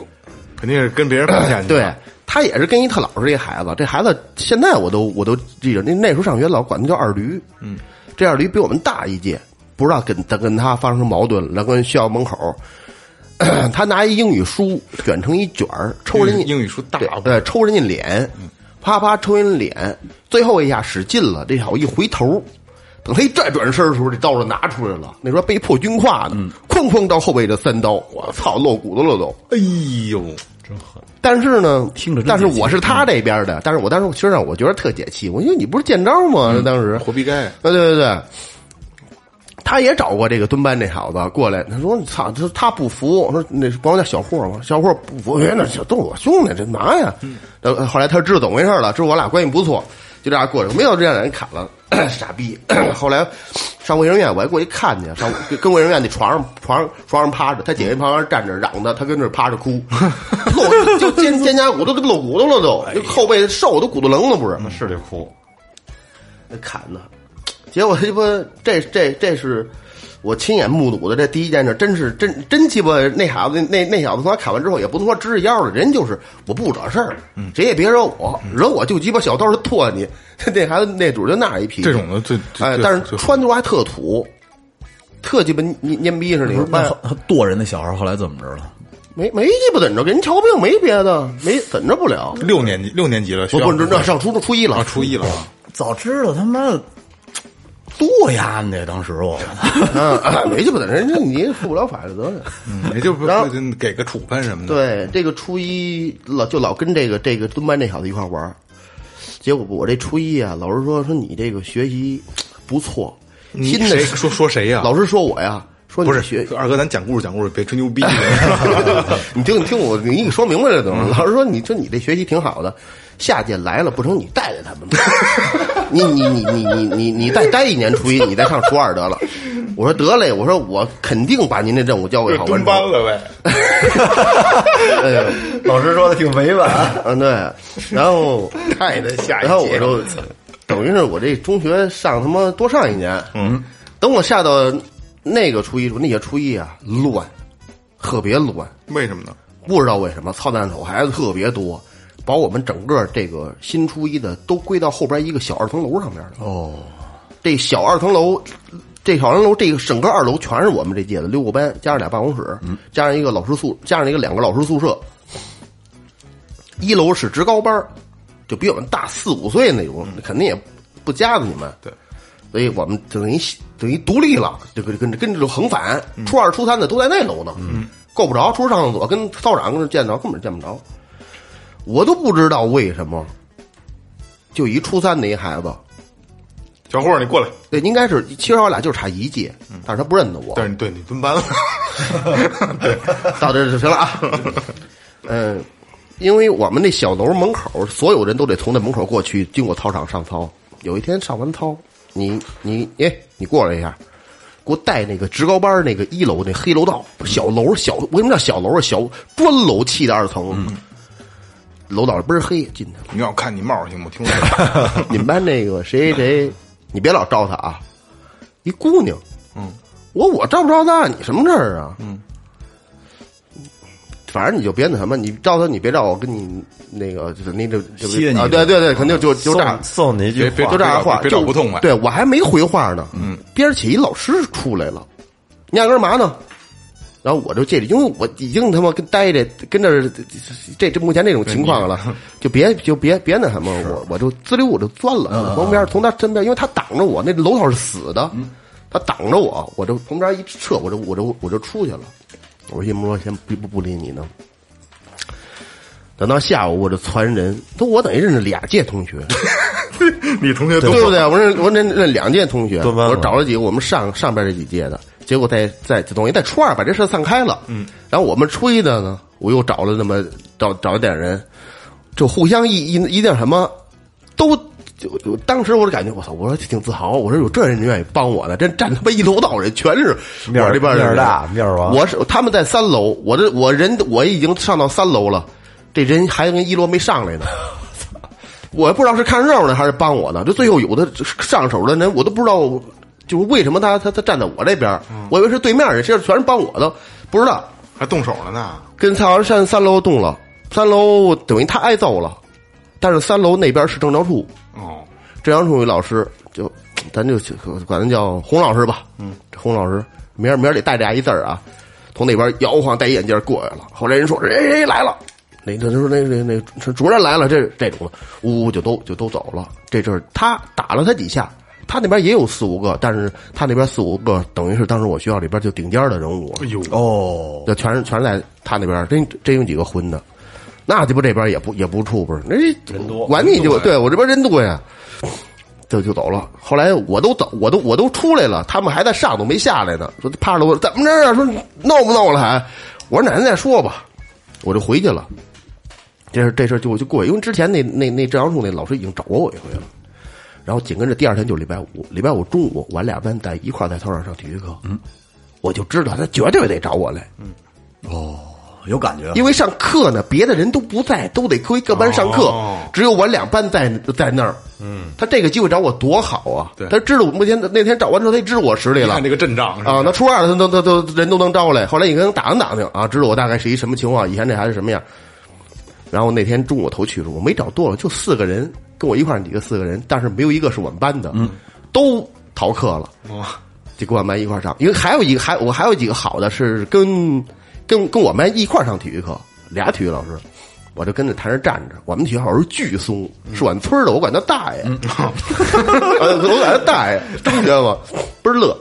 肯定是跟别人碰见去
对他也是跟一特老实一孩子，这孩子现在我都我都记着，那那时候上学老管他叫二驴，嗯，这二驴比我们大一届，不知道跟他跟他发生矛盾了，然后跟学校门口，咳 他拿一英语书卷成一卷儿，抽人家
英语英语书大嗯
对对，抽人家脸，啪啪抽人家脸，最后一下使劲了，这小子一回头。等他一再转身的时候，这刀就拿出来了。那时候被迫军挎
嗯
呢，哐哐到后背这三刀，我操，露骨头了都。
哎呦，
但是呢，
听着真
但是
解气
我是他这边的，但
嗯
是我当时其实让我觉得特解气，我因为你不是见招吗？当时
活逼该
啊，对对对，他也找过这个蹲班这小子过来，他说：“你操，就是他不服。”我说：“那是管我叫小霍吗？”小霍不服，哎，那小都是我兄弟，这嘛呀？呃后来他知道怎么回事了，知道我俩关系不错，就这样过来，没有这样让人砍了， 傻逼。后来上卫生院，我还过去看去，上跟卫生院那床上床上床上趴着，他姐姐旁边站着嚷的，他跟这儿趴着哭，露就肩肩胛骨都露骨头了都，就后背瘦都骨头棱了不是。
是得哭，
砍的。结果他鸡巴这这这是我亲眼目睹的这第一件事，真是真真鸡巴那孩子那那小子从他砍完之后也不是说支着腰了，人就是我不惹事儿，
嗯
谁也别惹我，惹我就鸡巴小刀就剁你。 那孩子那主儿就那样一批，
这种的最最
哎，
最
但是
最
穿着还特土，特鸡巴蔫蔫逼似的。哎
那后他剁人那小孩后来怎么着了？
没没鸡巴怎么着，给人瞧病没别的，没怎着不了。
六年级六年级了，
不
学校
不，那上初中初一了
啊，初一 了，
早知道他妈剁呀你得当时 我
嗯，哎没鸡巴怎着，人家你负不了法就 得了。
嗯也就不
然后
给个处分什么的。
对，这个初一老就老跟这个这个蹲班这小子一块玩儿，结果我这初一啊，老师说说你这个学习不错，
你
新的
谁说说谁呀？
老师说我呀，说你
不是
学，
二哥，咱讲故事讲故事，别吹牛 逼。
你听你听我，你给说明白了都。
嗯
老师说你说你这学习挺好的，下届来了不成你带带他们吗？ 你你你你你你你再待一年初一，你再上初二得了。我说得嘞，我说我肯定把您的任务交给好完
蹲
成。
班了呗，
老师说的挺委
啊
婉，
嗯，对，然后
太的下一届
然后我就等于是我这中学上他妈多上一年，嗯，等我下到那个初一，那也初一啊，乱，特别乱，
为什么呢？
不知道为什么操蛋手孩子特别多，把我们整个这个新初一的都归到后边一个小二层楼上面了。哦，这小二层楼，这小二层楼，这个整个二楼全是我们这届的六个班，加上俩办公室，加上一个老师宿，加上一个两个老师宿舍。一楼是职高班儿，就比我们大四五岁那种，肯定也不夹着你们。
对，
所以我们等于等于独立了，就跟跟跟这种横反，初二、初三的都在那楼呢，够不着，出去上厕所跟操场跟这见着根本见不着，我都不知道为什么，就一初三的一孩子，
小伙儿，你过来，
对，应该是其实我俩就差一届，但是他不认得我，
但是对你蹲 班了，
到这就行了啊。嗯，因为我们那小楼门口，所有人都得从那门口过去，经过操场上操。有一天上完操，你你哎，你过来一下，给我带那个职高班那个一楼那黑楼道小楼小，为什么叫小楼啊？小砖楼砌的二层，楼道里倍儿黑，进去了。
你要看你帽儿行吗？听我
你们班那个谁谁谁，你别老招他啊！一姑娘，
嗯，
我我招不招他，你什么事儿啊？嗯，反正你就别那什么，你招他，你别招我跟你那个就是那就就
歇你
啊，对对对，肯定就就这样
送，送你一句
别
就
话
别，
这样话，
别找
就
不痛快
对我还没回话呢，嗯，边儿起一老师出来了，你想干嘛呢？然后我就借着，因为我已经他妈跟待着，跟这儿这这目前这种情况了，就别就别别那什么，我我就滋溜我就钻了，
嗯
从旁边从他身边，因为他挡着我，那楼道是死的，他挡着我，我就从边一撤，我就我就我就出去了。我心说先不不不理你呢。等到下午我就传人，都我等于认识俩届同学，
你同学
对不对？我认我认认两届同学，
蹲班
我
了
找了几个我们上上边这几届的，结果在在等于在初二把这事儿散开了。嗯，然后我们初一的呢，我又找了那么找找了点人，就互相一一一点什么都。就就当时我就感觉我操，我说挺自豪，我说有这人愿意帮我的，真占他妈一楼道人，全是
面儿
我这边的人
面儿大面儿王
我是他们在三楼，我这我人我已经上到三楼了，这人还跟一楼没上来呢。我不知道是看热闹呢还是帮我呢。这最后有的上手的人，我都不知道，就是为什么他他他站在我这边儿，
嗯
我以为是对面人，其实全是帮我的，不知道。
还动手了呢？
跟蔡老师上三楼动了，三楼等于他挨揍了，但是三楼那边是政教处，
哦，
正阳处理老师就，咱就管他叫洪老师吧。嗯，这洪老师明儿明儿得带这一字儿啊，从那边摇晃戴眼镜过来了。后来人说谁谁谁来了，那他说那那那那主任来了，这这种的，呜呜就都就都走了。这阵儿他打了他几下。他那边也有四五个，但是他那边四五个等于是当时我学校里边就顶尖儿的人物。
哎呦，
哦，
就全是全是在他那边儿，真真有几个混的，那鸡巴这边儿也不也不怵不是，那人
多
管你就对我这边人多呀。就就走了。后来我都走，我都我都出来了，他们还在上头没下来呢，说趴着我怎么着啊？说弄不弄了还？我说哪天再说吧，我就回去了。这事这事就就过去，因为之前那那那正阳处那老师已经找过我一回了。然后紧跟着第二天就是礼拜五，礼拜五中午，我俩班在一块儿在操场上体育课，嗯，我就知道他绝对得找我来，
有感觉，
因为上课呢，别的人都不在，都得归各班上课，只有我俩班在在那儿。嗯，他这个机会找我多好啊！
对
他知道我目前那天找完之后，他也知道我实力
你
了
看这个阵仗是吧
啊。那初二他都都都人都能招来，后来你跟人打听打听啊，知道我大概是一什么情况，以前这孩子什么样。然后那天中午头去了，我没找多少，就四个人跟我一块儿几个四个人，但是没有一个是我们班的，嗯，都逃课了。
哦
就跟我们班一块儿上，因为还有一个还我还有几个好的是跟跟跟我们班一块儿上体育课，俩体育老师，我就跟着台上站着。我们体育老师巨松，是我们村儿的，我管他大爷，
嗯
呃我管他大爷，你知道吗？倍儿乐。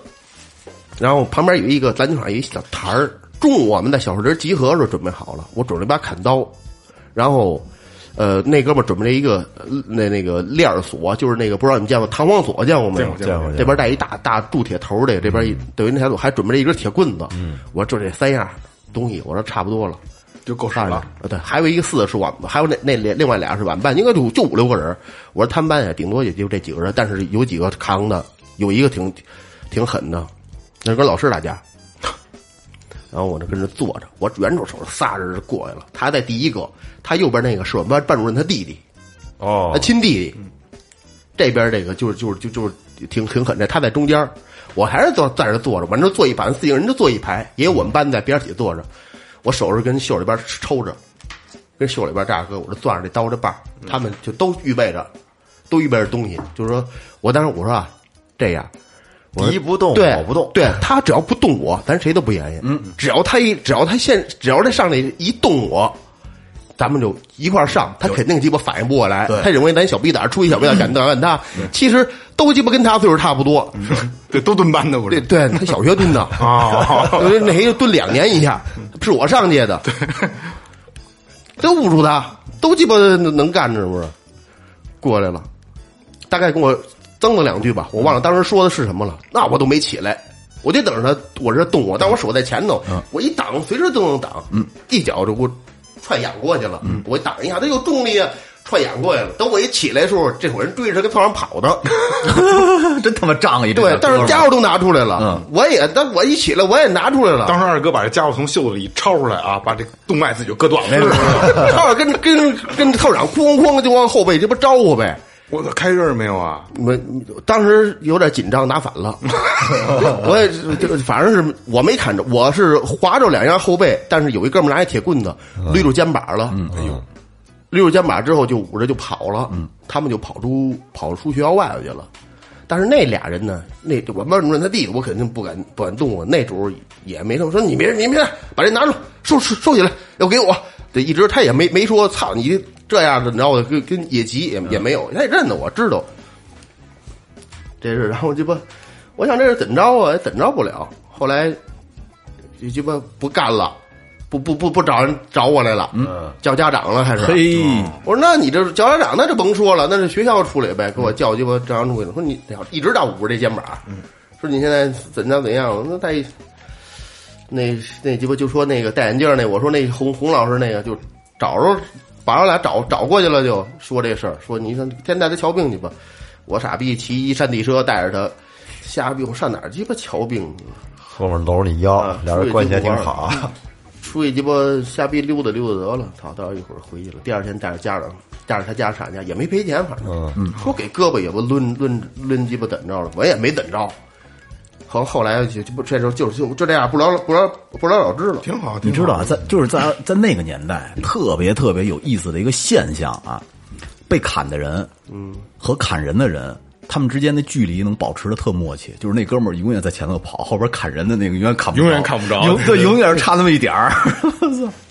然后旁边有一个篮球场，有一小台儿。中午我们在小树林集合的时候准备好了，我准备把砍刀，然后，呃，那哥们儿准备了一个呃那那个链儿锁，就是那个不知道你们见过弹簧锁，见过没有？
见过嗯见
过
这边带一大大铸铁头儿的，这边一等于那台锁还准备了一根铁棍子。嗯，我说就这三样东西，我说差不多了。
就够使
大人
了。
呃，对，还有一个四的是我们，还有那那另另外俩是晚班，应该就就五六个人。我说他们班也顶多也就这几个人，但是有几个扛的，有一个挺挺狠的，那跟老师打架。然后我就跟着坐着，我远处手仨人就过来了，他在第一个，他右边那个是我们班班主任他弟弟，他
哦，
亲弟弟，这边这个就是就是就就是挺挺狠的，他在中间儿，我还是坐在这坐着，反正坐一排，四个人就坐一排，也有我们班在边儿底下坐着，我手是跟袖里边抽着，跟袖里边大哥，我这攥着这刀这把儿，他们就都预备着，都预备着东西，就是说我当时我说啊，这样。我说
敌不动
对，
我不动
对他只要不动我，咱谁都不言语。嗯，只要他一只要他现只要他上来一动我，咱们就一块儿上，他肯定鸡巴反应不过来，他认为咱小逼崽儿出一小逼崽儿 敢干他，其实都鸡巴跟他岁数差不多，
嗯
对，都蹲班的不
对
是？哦
对，他小学蹲的 啊， 有的那谁就蹲两年一下，是我上届的， 都捂住他，都鸡巴能干着不是？过来了，大概跟我增了两句吧，我忘了当时说的是什么了，那我都没起来。我就等着他，我这动我，但我手在前头，我一挡，随时都能挡，一脚就给我踹仰过去了，我挡一下，他有重力啊，踹仰过去了。等我一起来的时候，这伙人追着他跟操场跑呢，
真他妈仗义。这
对
小，
但是
哥们儿
家伙都拿出来了，我也，但我一起来我也拿出来了。
当时二哥把这家伙从袖子里抄出来啊，把这动脉自己就割断了。
套着跟跟跟套长哐哐就往后背，这不招呼呗？
我操，开刃没有啊？
没，当时有点紧张，打反了。 我也是这个反正是我没砍着，我是划着两下后背，但是有一哥们拿一铁棍子捋住肩膀了。嗯哎呦，捋住肩膀之后就捂着就跑了。他们就跑出跑出学校外头去了。但是那俩人呢，那我们班主任他弟弟，我肯定不敢不敢动啊我。那主也没什么，说你别你别把这拿住，收收收起来，要给我。这一直他也没没说操你这样的，你知道吗？跟跟野鸡也也没有，他也认得我知道。这是，然后鸡巴，我想这是怎么着啊？也怎么着不了。后来就鸡巴不干了，不不不不找人找我来了，嗯，叫家长了还是？
嘿，
我说那你这叫家长那就甭说了，那是学校处理呗，给我叫鸡巴张扬出去了。说你一直到捂着这肩膀，说你现在怎样怎样？我说戴一那那鸡巴就说那个戴眼镜儿那，我说那洪洪老师那个就找着把我俩找找过去了就，说这事儿，说你先先带他瞧病去吧。我傻逼骑一山地车带着他，瞎逼我上哪儿鸡巴瞧病去？
后面搂着你腰
啊，
俩人关系还挺好啊。
出去鸡巴瞎逼溜达溜达得了，操！到时候一会儿回去了，第二天带着家长，带着他家产去，也没赔钱，反正、说给胳膊也不抡抡抡鸡巴怎着了，我也没怎着。后后来就就不这时候就是就就这样，不了不了不了了之了。
挺好，挺
你
好
知道啊，在就是在在那个年代，特别特别有意思的一个现象啊，被砍的人，嗯，和砍人的人，他们之间的距离能保持的特默契，就是那哥们儿永远在前头跑，后边砍人的那个永远砍不着
永远砍不着
永对，永远差那么一点儿。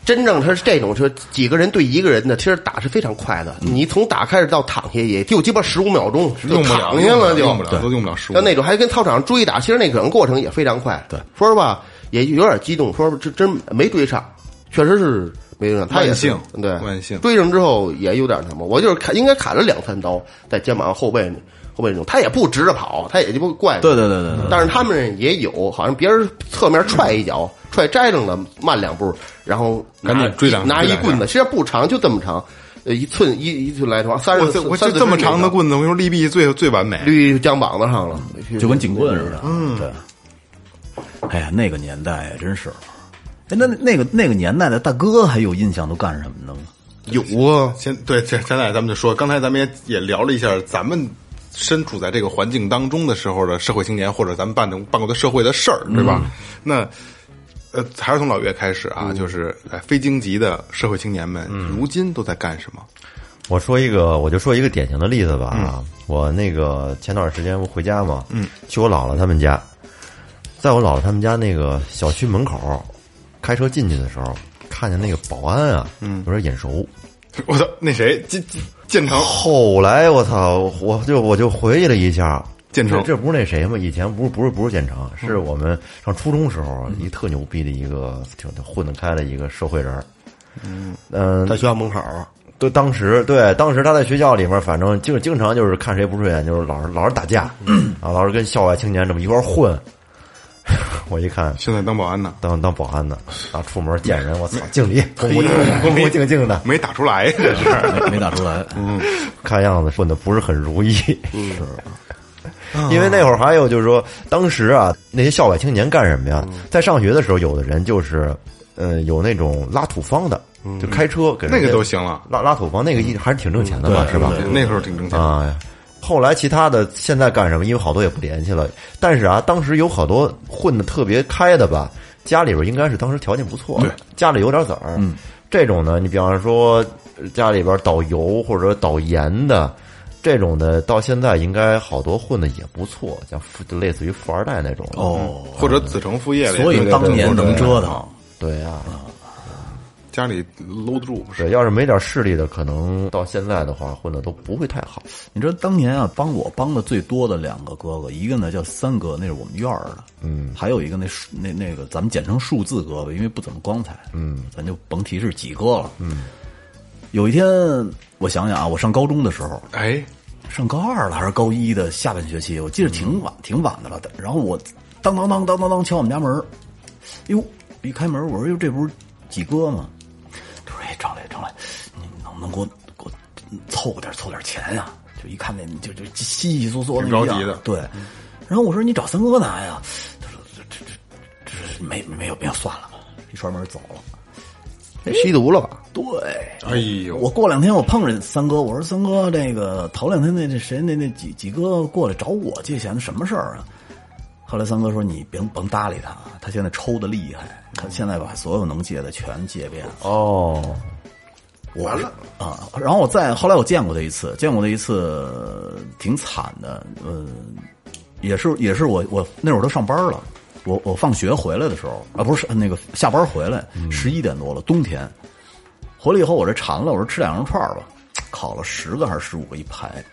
真正他是这种，是几个人对一个人的，其实打是非常快的。你从打开始到躺下也就鸡巴十五秒钟，就
用不了，
躺下了就
用不了，都用不了15。
像那种还跟操场追打，其实那可能过程也非常快。对，说实话也有点激动，说这真没追上，确实是没追上。他也是
万幸
对
万幸
追上之后也有点什么，我就是砍，应该砍了两三刀在肩膀后背后背那种，他也不直着跑，他也就不怪。
对对对对对
但是他们也有，好像别人侧面踹一脚，踹摘着了，慢两步，然后拿
赶紧追两
拿
追
一
两下
棍子，其实不长，就这么长，呃，一寸一一寸来长，三
我
十
这
四
我
三
这
四
这么长的
子，
棍子，我跟你说利弊最最完美。
绿姜膀子上了，
就跟警棍似的。嗯，对。哎呀，那个年代呀真是，哎，那那个那个年代的大哥还有印象都干什么呢？
有啊，
先对，这现在咱们就说，刚才咱们也也聊了一下咱们身处在这个环境当中的时候的社会青年，或者咱们办的办过的社会的事儿，对吧？那呃，还是从老岳开始啊，就是哎，非京籍的社会青年们，如今都在干什么？
我说一个，我就说一个典型的例子吧啊，我那个前段时间不回家嘛，嗯，去我姥姥他们家，在我姥姥他们家那个小区门口，开车进去的时候，看见那个保安啊，嗯，有点眼熟。
我操，那谁建建成
后来我操，我就我就回忆了一下，
建成
这这不是那谁吗？以前不是不是不是建成，是我们上初中时候啊
嗯
一特牛逼的一个挺挺混得开的一个社会人儿。嗯，
在学校门口，
对，当时对，当时他在学校里面，反正经经常就是看谁不顺眼，就是老是老是打架，
嗯
啊，老是跟校外青年这么一块儿混。 我一看，
现在当保安呢，
当当保安的啊，出门见人，我操，敬礼，
哎
恭恭恭恭敬敬的，
没打出来，这是。
没没打出来。
看样子混的不是很如 意，是。
嗯啊
因为那会儿还有就是说，当时啊，那些校外青年干什么呀？
嗯
在上学的时候，有的人就是，呃，有那种拉土方的，就开车给人
嗯那个
家
都行嗯了
拉拉土方那个一还是挺挣钱的嘛，是吧？
那时候挺挣钱的。
啊。后来其他的现在干什么？因为好多也不联系了。但是啊，当时有好多混的特别开的吧，家里边应该是当时条件不错，家里有点子儿。嗯，这种呢，你比方说呃家里边导游或者导盐的这种的，到现在应该好多混的也不错，像富就类似于富二代那种。，
哦，
或者子承父业了，
所以当年能折
对对对
腾，
对呀、
家里搂得住，是
对，要是没点势力的，可能到现在的话，混的都不会太好。
你知道当年啊，帮我帮的最多的两个哥哥，一个呢叫三哥，那是我们院儿的，嗯，还有一个那数那那个咱们简称数字哥吧，因为不怎么光彩，嗯，咱就甭提是几哥了，嗯。有一天，我想想啊，我上高中的时候，
哎，
上高二了还是高一的下半学期，我记得挺
嗯
晚、挺晚的了。然后我当当当当当当敲我们家门儿，哟，一开门我说哟，这不是几哥吗？他说哎，张磊，张磊，你能不能给我给我凑点凑点钱呀、就一看那你就就稀稀嗦嗦那
挺着
样
急的
对。然后我说你找三哥拿呀，他说这这这这没没有没有算了，一摔门走了。
吸毒了吧？
对，
哎呦，
我过两天我碰着三哥，我说三哥，这个头两天那那谁那那几几哥过来找我借钱，什么事儿啊？后来三哥说你别甭搭理他啊，他现在抽的厉害，他现在把所有能借的全借遍了。
哦，
完了啊！然后我再后来我见过他一次，见过他一次挺惨的，呃，也是也是我我那会儿都上班了，我我放学回来的时候啊，不是那个下班回来十一点多了，冬天回来以后我这馋了，我说吃两羊肉串儿吧，烤了十个还是十五个一排，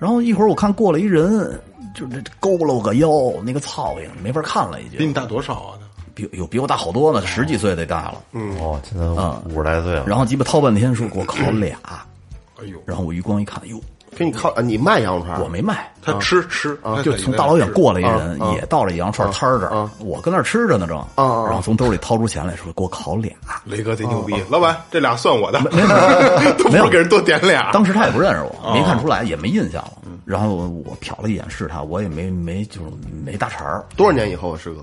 然后一会儿我看过来一人。就这佝偻个腰，那个操性没法看了，已经
比你大多少啊？
比有比我大好多呢，十几岁得大了。
哦，现在五十来岁了。
然后鸡巴掏半天说给我烤俩，
哎呦，
然后我余光一看，哟，
给你靠，啊你卖羊肉串儿，
我没卖，
他
啊
吃吃，他
就
在
从
那
大老远
吃
过来一人，也到了羊肉串摊儿这儿
啊，
我跟那儿吃着呢正，然后从兜里掏出钱来说给我烤俩，
雷哥贼牛逼，老板这俩算我的， 都不
没有
是给人多点俩。
当时他也不认识
啊
我，没看出来，也没印象了。
嗯
然后我我瞟了一眼是他，我也没没就是没搭茬儿。
多少年以后啊，师哥？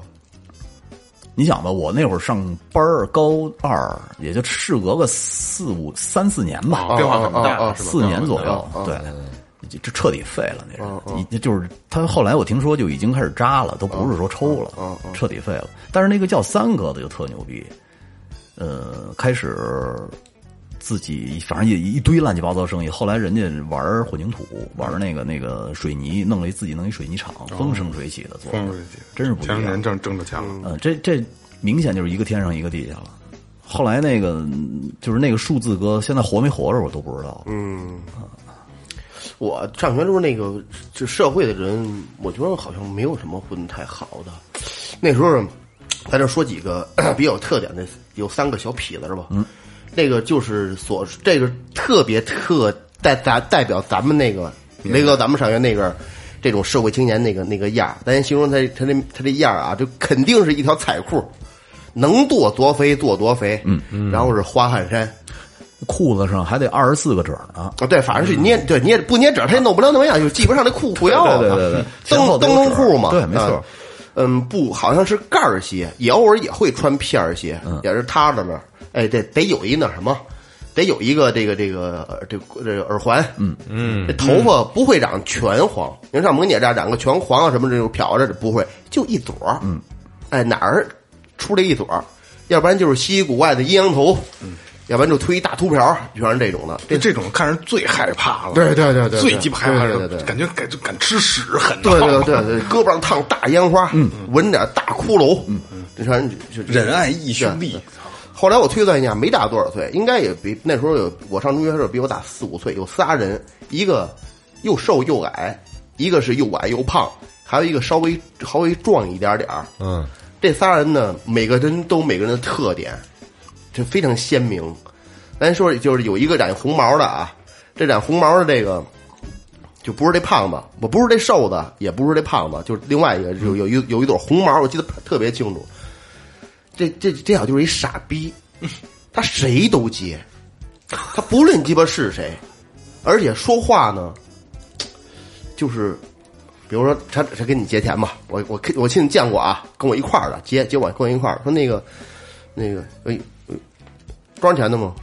你想吧，我那会儿上班儿高二，也就事隔个四五三四年吧，
变化很大，嗯
啊啊啊
是吧
哦四年左右，对，这这彻底废了那
嗯
人，已经就是他后来我听说就已经开始扎了，都不是
嗯
说抽了，彻底废了。但是那个叫三哥的就特牛逼，呃，开始自己反正也一堆乱七八糟生意，后来人家玩混凝土，玩那个那个水泥，弄了一自己弄一水泥厂，风生水起的做的，
风生水起
真是不一
嗯前两
样
年。挣挣着钱了，
嗯，这这明显就是一个天上一个地下了。后来那个嗯就是那个数字哥，现在活没活着我都不知道。嗯，
我上学的时候，那个就社会的人，我觉得好像没有什么混太好的。那时候，咱这说几个 比较有特点的，有三个小痞子是吧？嗯，那个就是所这个特别特代代代表咱们那个雷哥，咱们上学那个这种社会青年那个那个样儿，咱先形容他他这他这样儿啊，就肯定是一条彩裤，能做多肥做多肥，嗯嗯，然后是花汗衫
裤子上还得二十四个褶儿呢。
啊，对，反正是捏，对捏不捏褶儿他也弄不了那样，就系不上那裤裤腰
对
子，
对对对前
灯
后都
灯
有
笼裤嘛，
褶儿对没错
啊。嗯，不，好像是盖儿鞋，也偶尔也会穿片儿鞋，
嗯
也是塌着那儿。哎，得得有一那什么，得有一个这个这个呃这这个耳环，嗯嗯，这头发不会长全黄，你看像萌姐这样染个全黄啊什么这种漂着这不会，就一撮儿，嗯，哎哪儿出来一撮儿，要不然就是稀奇古怪的阴阳头，嗯，要不然就推一大秃瓢儿，全是这种的，
这这种看人最害怕了，
对对对对对
最鸡巴害怕
对
了，
对对对
感觉敢就敢吃屎，很
对对对
嗯
对，胳膊上烫大烟花，嗯，纹点大骷髅，嗯，这全就就
仁爱义兄弟
对后来我推算一下，没大多少岁，应该也比那时候有我上中学的时候比我大四五岁，有仨人，一个又瘦又矮，一个是又矮又胖，还有一个稍微稍微壮一点点儿。
嗯，
这仨人呢，每个人都有每个人的特点，这非常鲜明。咱说就是有一个染红毛的啊，这染红毛的这个就不是这胖子，我不是这瘦子，也不是这胖子，就是另外一个有有一有一朵红毛，我记得特别清楚。这这这小子就是一傻逼，他谁都接，他不论鸡巴是谁，而且说话呢，就是比如说他他跟你借钱吧，我我我亲眼见过啊，跟我一块儿的结结我跟我一块儿说那个那个哎哎多少钱的吗？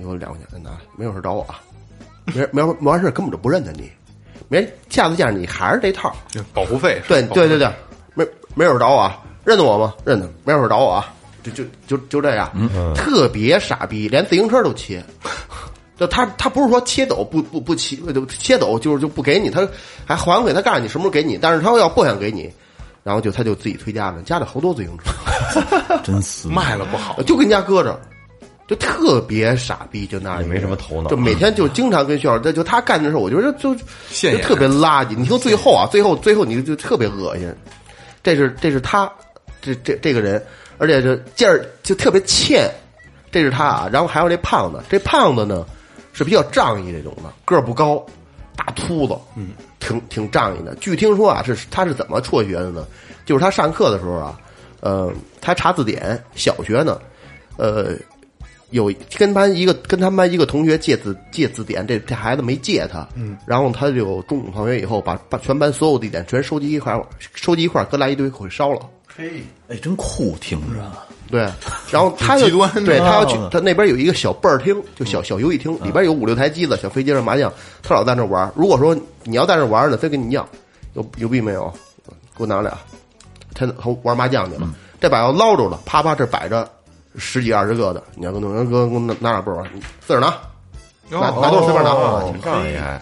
有两块钱，拿来，没有事找我啊，没没没完事儿根本就不认得你，没下次见着你还是这套，
保护费，
对
保护费
对对对，没没有人找我啊，认得我吗？认得，没有人找我啊，就就就就这样，
嗯
特别傻逼，连自行车都切。就他他不是说切走不不不切就切走就是就不给你，他还还给他告诉你什么时候给你，但是他要不想给你，然后就他就自己推家了，家里好多自行车。
真死
卖了不好，
就跟家搁着，就特别傻逼，就那
也没什么头脑嗯
就每天就经常跟学校，他就他干的事儿，我觉得就
现
就
眼
特别垃圾。你说最后啊，最后最后你就特别恶心，这是这是他这这这个人，而且这劲儿就特别欠，这是他啊。然后还有这胖子，这胖子呢是比较仗义这种的，个儿不高，大秃子，嗯，挺挺仗义的。据听说啊，是他是怎么辍学的呢？就是他上课的时候啊，呃，他查字典，小学呢，呃，有跟班一个跟他们班一个同学借字借字典，这这孩子没借他，嗯，然后他就中午放学以后把把全班所有字典全收集一块儿收集一块儿搁来一堆给烧了。
哎，真酷，听着。
对，然后他就
极端的嗯
对他要去
啊，
他那边有一个小伴儿厅，就小小游戏厅，里边有五六台机子，小飞机上麻将，他老在那玩儿。如果说你要在那玩儿呢，非跟你要，有有币没有？给我拿俩。他他玩麻将去
嗯
了，这把要捞着了，啪啪这摆着十几二十个的，你要跟我哥给我拿拿俩倍儿玩，你自个儿拿，拿拿多少随便拿。啊
哦，挺仗义还，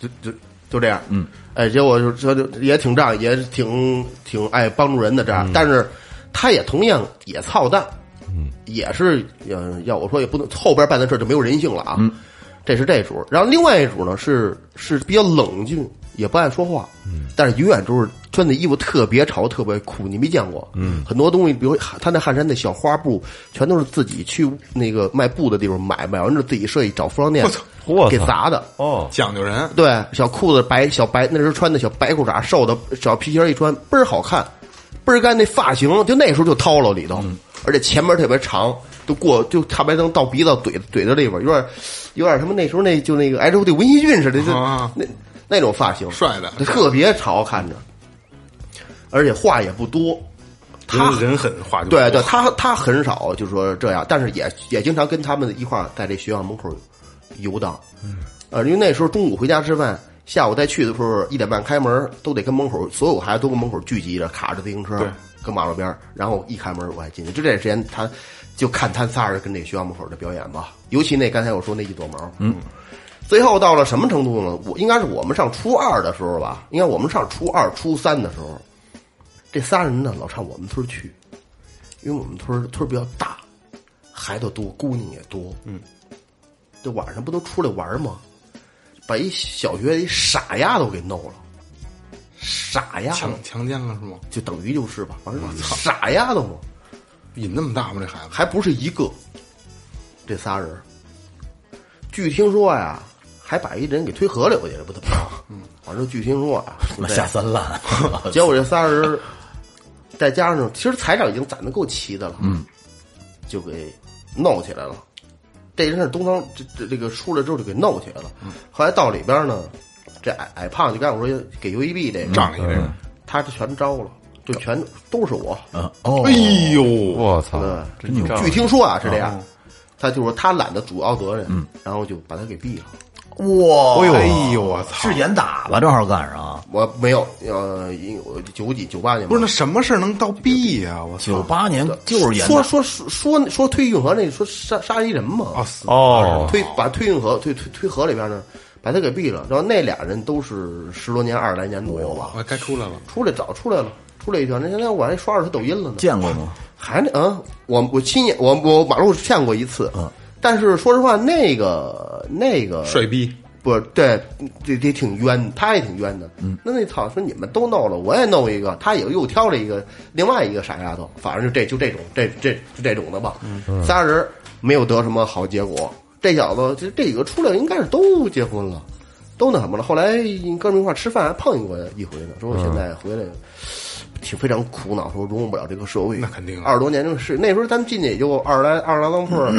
就就就这样，嗯，哎，结果就这就也挺仗义，也是挺挺爱帮助人的这样，但是他也同样也操蛋，嗯，也是呃，要我说也不能后边办的事儿就没有人性了啊，嗯，这是这组，然后另外一组呢是是比较冷静，也不爱说话，嗯，但是永远都是穿的衣服特别潮，特别酷，你没见过，嗯，很多东西，比如他那汗衫那小花布，全都是自己去那个卖布的地方买，买完之后自己设计找服装店
我操
我操
给砸的，
哦，
讲究人，
对，小裤子白小白，那时候穿的小白裤衩，瘦的小皮鞋一穿，倍儿好看，倍儿干。那发型就那时候就掏了里头，
嗯
而且前面特别长，就过就差不多能到鼻子嘴嘴的地方，有点有点什么那时候那就那个 H O D 文熙俊似的，就、
啊
那那种发型，
帅的
特别潮，看着，而且话也不多，他
他人狠话就
对
多
对，他他很少就说这样，但是也也经常跟他们一块儿在这学校门口游荡。嗯，呃，因为那时候中午回家吃饭，下午再去的时候一点半开门，都得跟门口所有孩子都跟门口聚集着，卡着自行车
对，
跟马路边儿，然后一开门我还进去。就这段时间，他就看他仨人跟这学校门口的表演吧，尤其那刚才我说那一朵毛，嗯。最后到了什么程度呢？我应该是我们上初二的时候吧，应该我们上初二、初三的时候，这仨人呢老上我们村儿去，因为我们村儿村儿比较大，孩子多，姑娘也多，嗯，这晚上不都出来玩儿吗？把一小学一傻丫头给弄了，傻丫头
强强奸了是吗？
就等于就是吧，我操，傻丫头嘛，
瘾那么大吗？这孩子
还不是一个，这仨人儿。据听说呀，还把一人给推河里，我也是不怎么着。嗯，反正据听说 啊，
他妈下三滥，
结果这仨人再加上，其实财长已经攒的够齐的了，嗯，就给弄起来了。这件事东方这这这个出来之后就给弄起来了。后来到里边呢，这矮矮胖就刚我说给 U E B 这个
仗义这个，
他就全招了，就全都是我。 呃
啊哦，
哎呦，
我操，
真牛！
据听说啊是这样，他就说他揽的主要责任，然后就把他给毙了。
哇，
哎呦，我操！
是严打吧？正好赶上
我没有，呃，因我九几九八年吧
不是那什么事儿能到 B 呀？我操！
九八年就是严
说
打，
说说说说推运河那说杀杀一人嘛，
啊死
哦，
推把推运河推推推河里边呢，把他给毙了。然后那俩人都是十多年、二十来年左右吧，
我该出来了。
出来早出来了，出来一条。那现在我还刷着他抖音了呢，
见过吗？
还那啊，我我亲眼我我马路见过一次，但是说实话，那个那个
帅逼，
不对，这这挺冤，他也挺冤的。嗯，那那操，说你们都弄了，我也弄一个，他也又挑了一个另外一个傻丫头，反正就这就这种这这就这种的吧。
嗯
仨人没有得什么好结果，这小子这这几个出来应该是都结婚了，都那什么了。后来哥们一块儿吃饭还碰见过一回呢，
嗯
说我现在回来。挺非常苦恼，说融入不了这个社会，那
肯定啊
二十多年正是那时候咱们进去也就二十来二十来当铺 儿，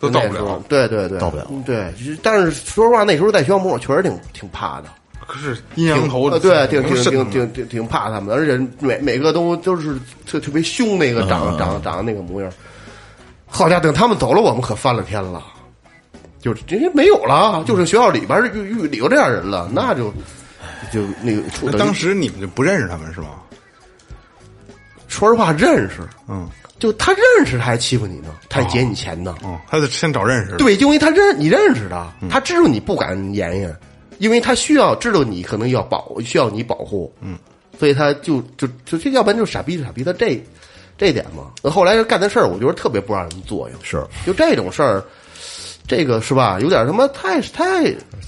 都到不了
那时候对对对，
到不了
对，就是但是说实话，那时候在学校门口确实挺挺怕的，
可是阴阳
挺
头
呃，对，挺
能
挺
渗
挺
透
挺挺挺怕他们的，而且每每个都都是特特别凶，那个
啊
长长长得那个模样。好家伙，等他们走了，我们可翻了天了，就是这些没有了，就是学校里边儿遇遇里有这样人了，那就就那个出
那当时你们就不认识他们是吗？
说实话认识，
嗯，
就他认识他还欺负你呢，他还劫你钱呢，
哦，他得先找认识的。
对，就因为他认你认识他，他知道你不敢言言，因为他需要知道你可能要保需要你保护，嗯，所以他就就就就要不然就是傻逼傻逼他这这点嘛。那后来干的事儿，我觉得特别不让人作用，
是
就这种事儿，这个是吧？有点他妈太太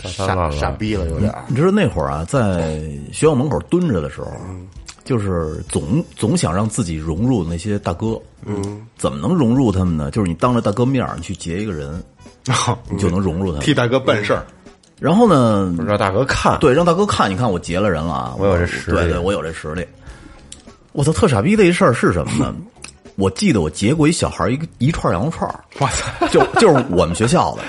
三滥
傻
了
傻逼了，有点儿。
你知道那会儿啊，在学校门口蹲着的时候，就是总总想让自己融入那些大哥。嗯，怎么能融入他们呢？就是你当着大哥面儿，你去劫一个人，你就能融入他
替
们。
大哥办事儿，
然后呢，
让大哥看，
对，让大哥看一看，我劫了人了啊！
我有这实力
对对，我有这实力。我操，特傻逼的一事儿是什么呢？我记得我劫过一小孩儿一个一串羊肉串儿，
哇塞！
就就是我们学校的，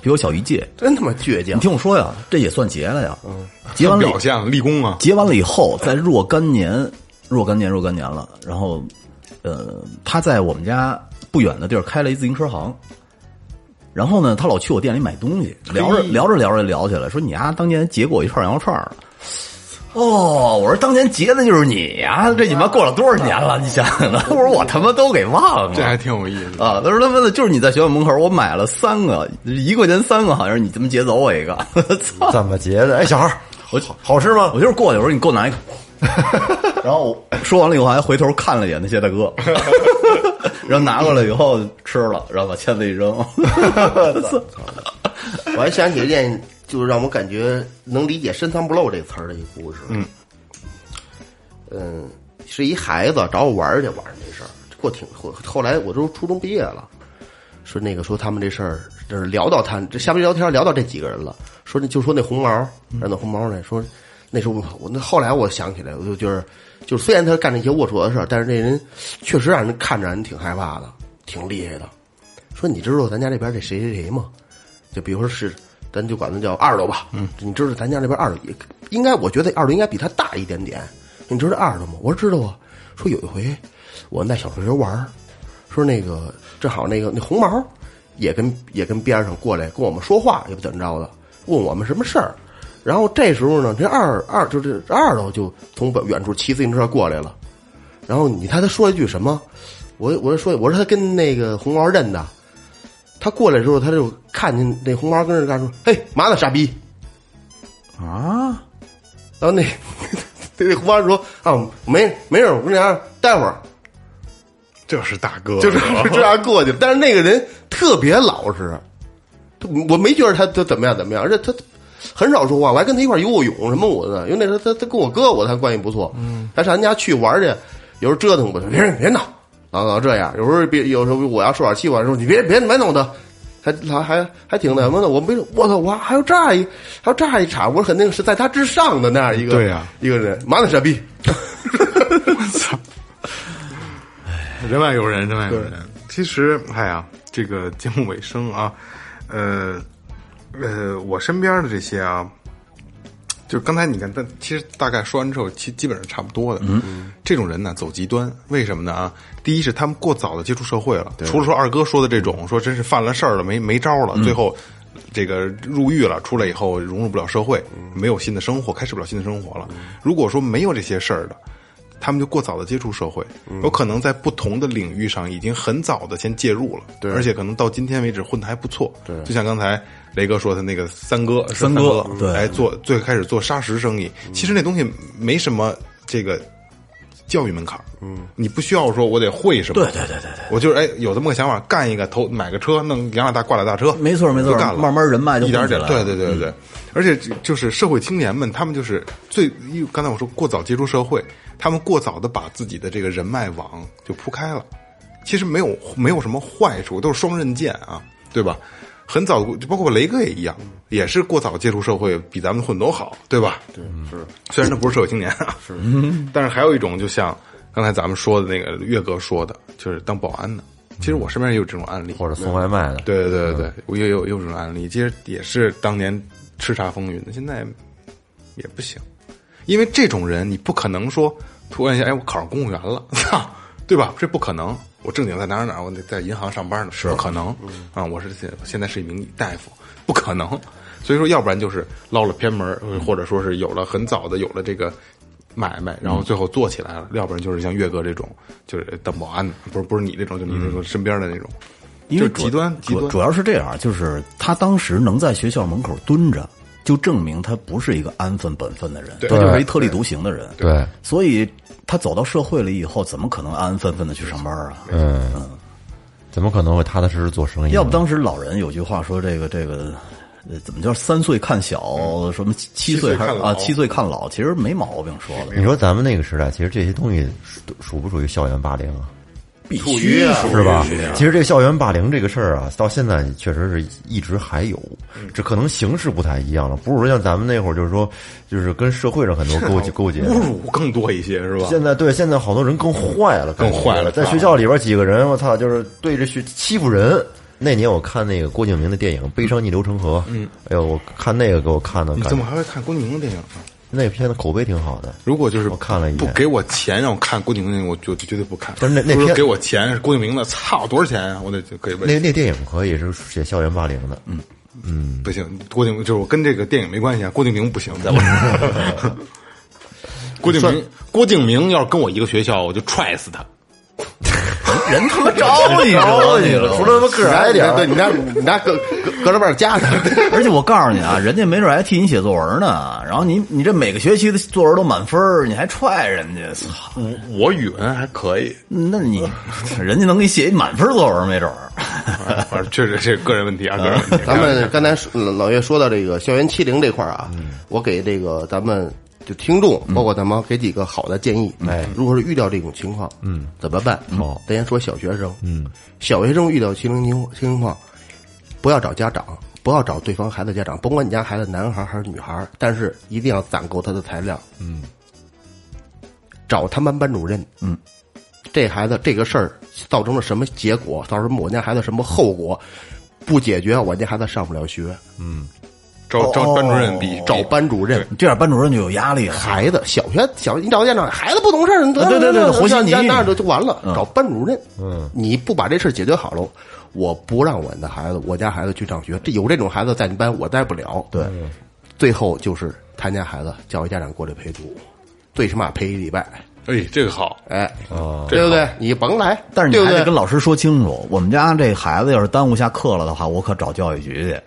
比我小一届。
真他妈倔强
你！听我说呀，这也算劫了呀。
嗯
劫完了以
表现了立功啊！
结完了以后，在若干年、若干年、若干年了，然后，呃，他在我们家不远的地儿开了一自行车行。然后呢，他老去我店里买东西，聊着聊着聊着聊起来，说你啊，当年结过我一串羊肉串儿。哦，我说当年结的就是你呀、这你妈过了多少年了？你想想呢？我 说我他妈都给忘
这
了。
还挺有意思的。
啊，他说他妈的，就是你在学校门口，我买了三个，一块钱三个，好像是你他妈劫走我一个， 操！
怎么结的？哎，小孩儿，
我
好吃吗？
我就是过去，我说你给我 拿一个，
然后我
说完了以后还回头看了一眼那些大 哥，然后拿过来以后吃了，然后把签子一扔。
我还想起一件，就是让我感觉能理解“深藏不露”这个词儿的一个故事。嗯，嗯，是一孩子找我玩儿去，晚上这事儿过挺后后来我都初中毕业了，说那个说他们这事儿，就是聊到他这瞎逼聊天聊到这几个人了，说那就说那红毛，让那红毛呢说那时候我我那后来我想起来，我就就是就是虽然他干这些龌龊的事儿，但是这人确实让人看着人挺害怕的，挺厉害的。说你知道咱家这边这谁谁谁吗？就比如说是，咱就管他叫二楼吧。嗯，你知道咱家这边二楼也应该，我觉得二楼应该比他大一点点。你知道二楼吗？我说知道啊。说有一回我带小同学玩儿，说那个正好那个那红毛也跟也跟边上过来跟我们说话，也不怎么着的，问我们什么事儿。然后这时候呢，这二二就是这二楼就从远处骑自行车过来了。然后你猜他说了一句什么？我我说我说他跟那个红毛认的，他过来之后，他就看见那红毛跟那干说：“嘿，嘛呢，傻逼
啊！！”
然后那 那那红毛说：“啊，没没事，我跟你讲，待会儿
这是大哥，
就是
哦
就这样过去了。”但是那个人特别老实，我没觉得他他怎么样怎么样，而且他很少说话。我还跟他一块儿游过泳什么我的，因为那时候他他跟我哥我还关系不错，
嗯
还上他家去玩去，有时候折腾我，别别闹，老老这样。有时候别有时候我要受点气，我还说你别别别弄他，还还还还挺那什么的。我没我操，我还还有这样一还有这样一茬，我肯定是在他之上的那样一个
对呀
一个人，妈的傻逼，
人外有人，人外有人。其实，哎呀，这个节目尾声啊，呃，呃，我身边的这些啊，就是刚才你看，但其实大概说完之后，其基本上差不多的。嗯，这种人呢，走极端，为什么呢？啊，第一是他们过早的接触社会了，除了说二哥说的这种，说真是犯了事儿了，没没招了，最后。这个入狱了，出来以后融入不了社会，没有新的生活，开始不了新的生活了。如果说没有这些事儿的，他们就过早的接触社会，有可能在不同的领域上已经很早的先介入了，对，而且可能到今天为止混的还不错，对，就像刚才雷哥说的那个三哥，是
三
三
哥对
哎，做最开始做砂石生意，其实那东西没什么这个教育门槛，嗯，你不需要说我得会 什么，
对对对对对，
我就是哎有这么个想法，干一个投买个车，弄养俩大挂俩大车，
没错没错
就干了，
慢慢人脉就
一点点，
混起来
对
了嗯
对对对对，而且就就是社会青年们，他们就是最因为刚才我说过早接触社会，他们过早的把自己的这个人脉网就铺开了，其实没有没有什么坏处，都是双刃剑啊，对吧？很早，就包括雷哥也一样，也是过早接触社会，比咱们混都好，对吧？对，是。虽然他不是社会青年，啊 是，但是还有一种，就像刚才咱们说的那个岳哥说的，就是当保安的。其实我身边也有这种案例，
或者送外卖的，
对对对对，我也有也有这种案例，其实也是当年叱咤风云的，现在也不行，因为这种人你不可能说突然一下，哎，我考上公务员了， 操，对吧？这不可能。我正经在哪儿哪儿，我得在银行上班呢，是不可能啊！我是现现在是一名大夫，不可能。所以说，要不然就是捞了偏门儿，或者说是有了很早的有了这个买卖，然后最后做起来了；要不然就是像岳哥这种，就是当保安的，不是不是你这种，就你这种身边的那种。
因为
就
主
极端极
主
端
主要是这样，就是他当时能在学校门口蹲着，就证明他不是一个安分本分的人，他就是一特立独行的人。
对，
所以他走到社会里以后，怎么可能安安分分的去上班啊？
嗯，怎么可能会踏踏实实做生意呢？
要不当时老人有句话说这个这个。呃，怎么叫三岁看小，什么七岁还
七岁
是
看老
啊七岁看老，其实没毛病说的，
你说咱们那个时代，其实这些东西属属不属于校园霸凌啊？
必须啊，
是吧？其实这个校园霸凌这个事儿啊，到现在确实是一直还有，只可能形式不太一样了，不是说像咱们那会儿就是说，就是跟社会上很多勾结勾结。
侮辱更多一些，是吧？
现在对，现在好多人更坏了，
更坏了
在学校里边几个人，我操，就是对着学欺负人。那年我看那个郭敬明的电影《悲伤逆流成河》，嗯，哎呦，我看那个给我看的，
你
感
怎么
觉
还会看郭敬明的电影呢？
那片子口碑挺好的。
如果就是
我看了一眼
不给我钱让我看郭敬明的电影，我就绝对不看。
但是那那
如果
天
给我钱是郭敬明的，操，多少钱啊？我得可以问。
那那电影可以是写校园霸凌的，嗯，
不行，郭敬明就是我跟这个电影没关系啊，郭敬明不行，在我这儿。郭敬明，郭敬明要是跟我一个学校，我就踹死他。
人他妈招你了，你了，
除了他妈个儿矮点儿，
对你家你家隔隔隔着半夹着，
而且我告诉你啊，人家没准还替你写作文呢。然后你你这每个学期的作文都满分儿，你还踹人家，操！
我我语文还可以，
那 你人家能给你写一满分作文，没准儿。
反正确实是个人问题啊，个人问题。
咱们刚才说老岳说到这个校园欺凌这块儿啊，我给这个咱们就听众，包括咱们给几个好的建议，嗯哎，如何是遇到这种情况，嗯，怎么办？哦，咱先说小学生，嗯，小学生遇到欺凌情情况，不要找家长，不要找对方孩子家长，甭管你家孩子男孩还是女孩，但是一定要攒够他的材料，嗯，找他们班主任，嗯。这孩子这个事儿造成了什么结果？造成我家孩子什么后果？不解决，我家孩子上不了学。
哦
找找班主任比
找班主任，
这样班主任就有压力了。
孩子小学小，你找家长，孩子不懂事儿，你得
对对对
得
和稀泥
你家那儿就就完了。找班主任，嗯，你不把这事儿解决好了，我不让我的孩子，我家孩子去上学。这有这种孩子在你班，我待不了。对，最后就是他家孩子叫家长过来陪读，最起码陪一礼拜。
哎，这个好，
哎，对不对？你甭来，
哦但是你
对不
还得
对
跟？老师说清楚，我们家这孩子要是耽误下课了的话，我可找教育局去。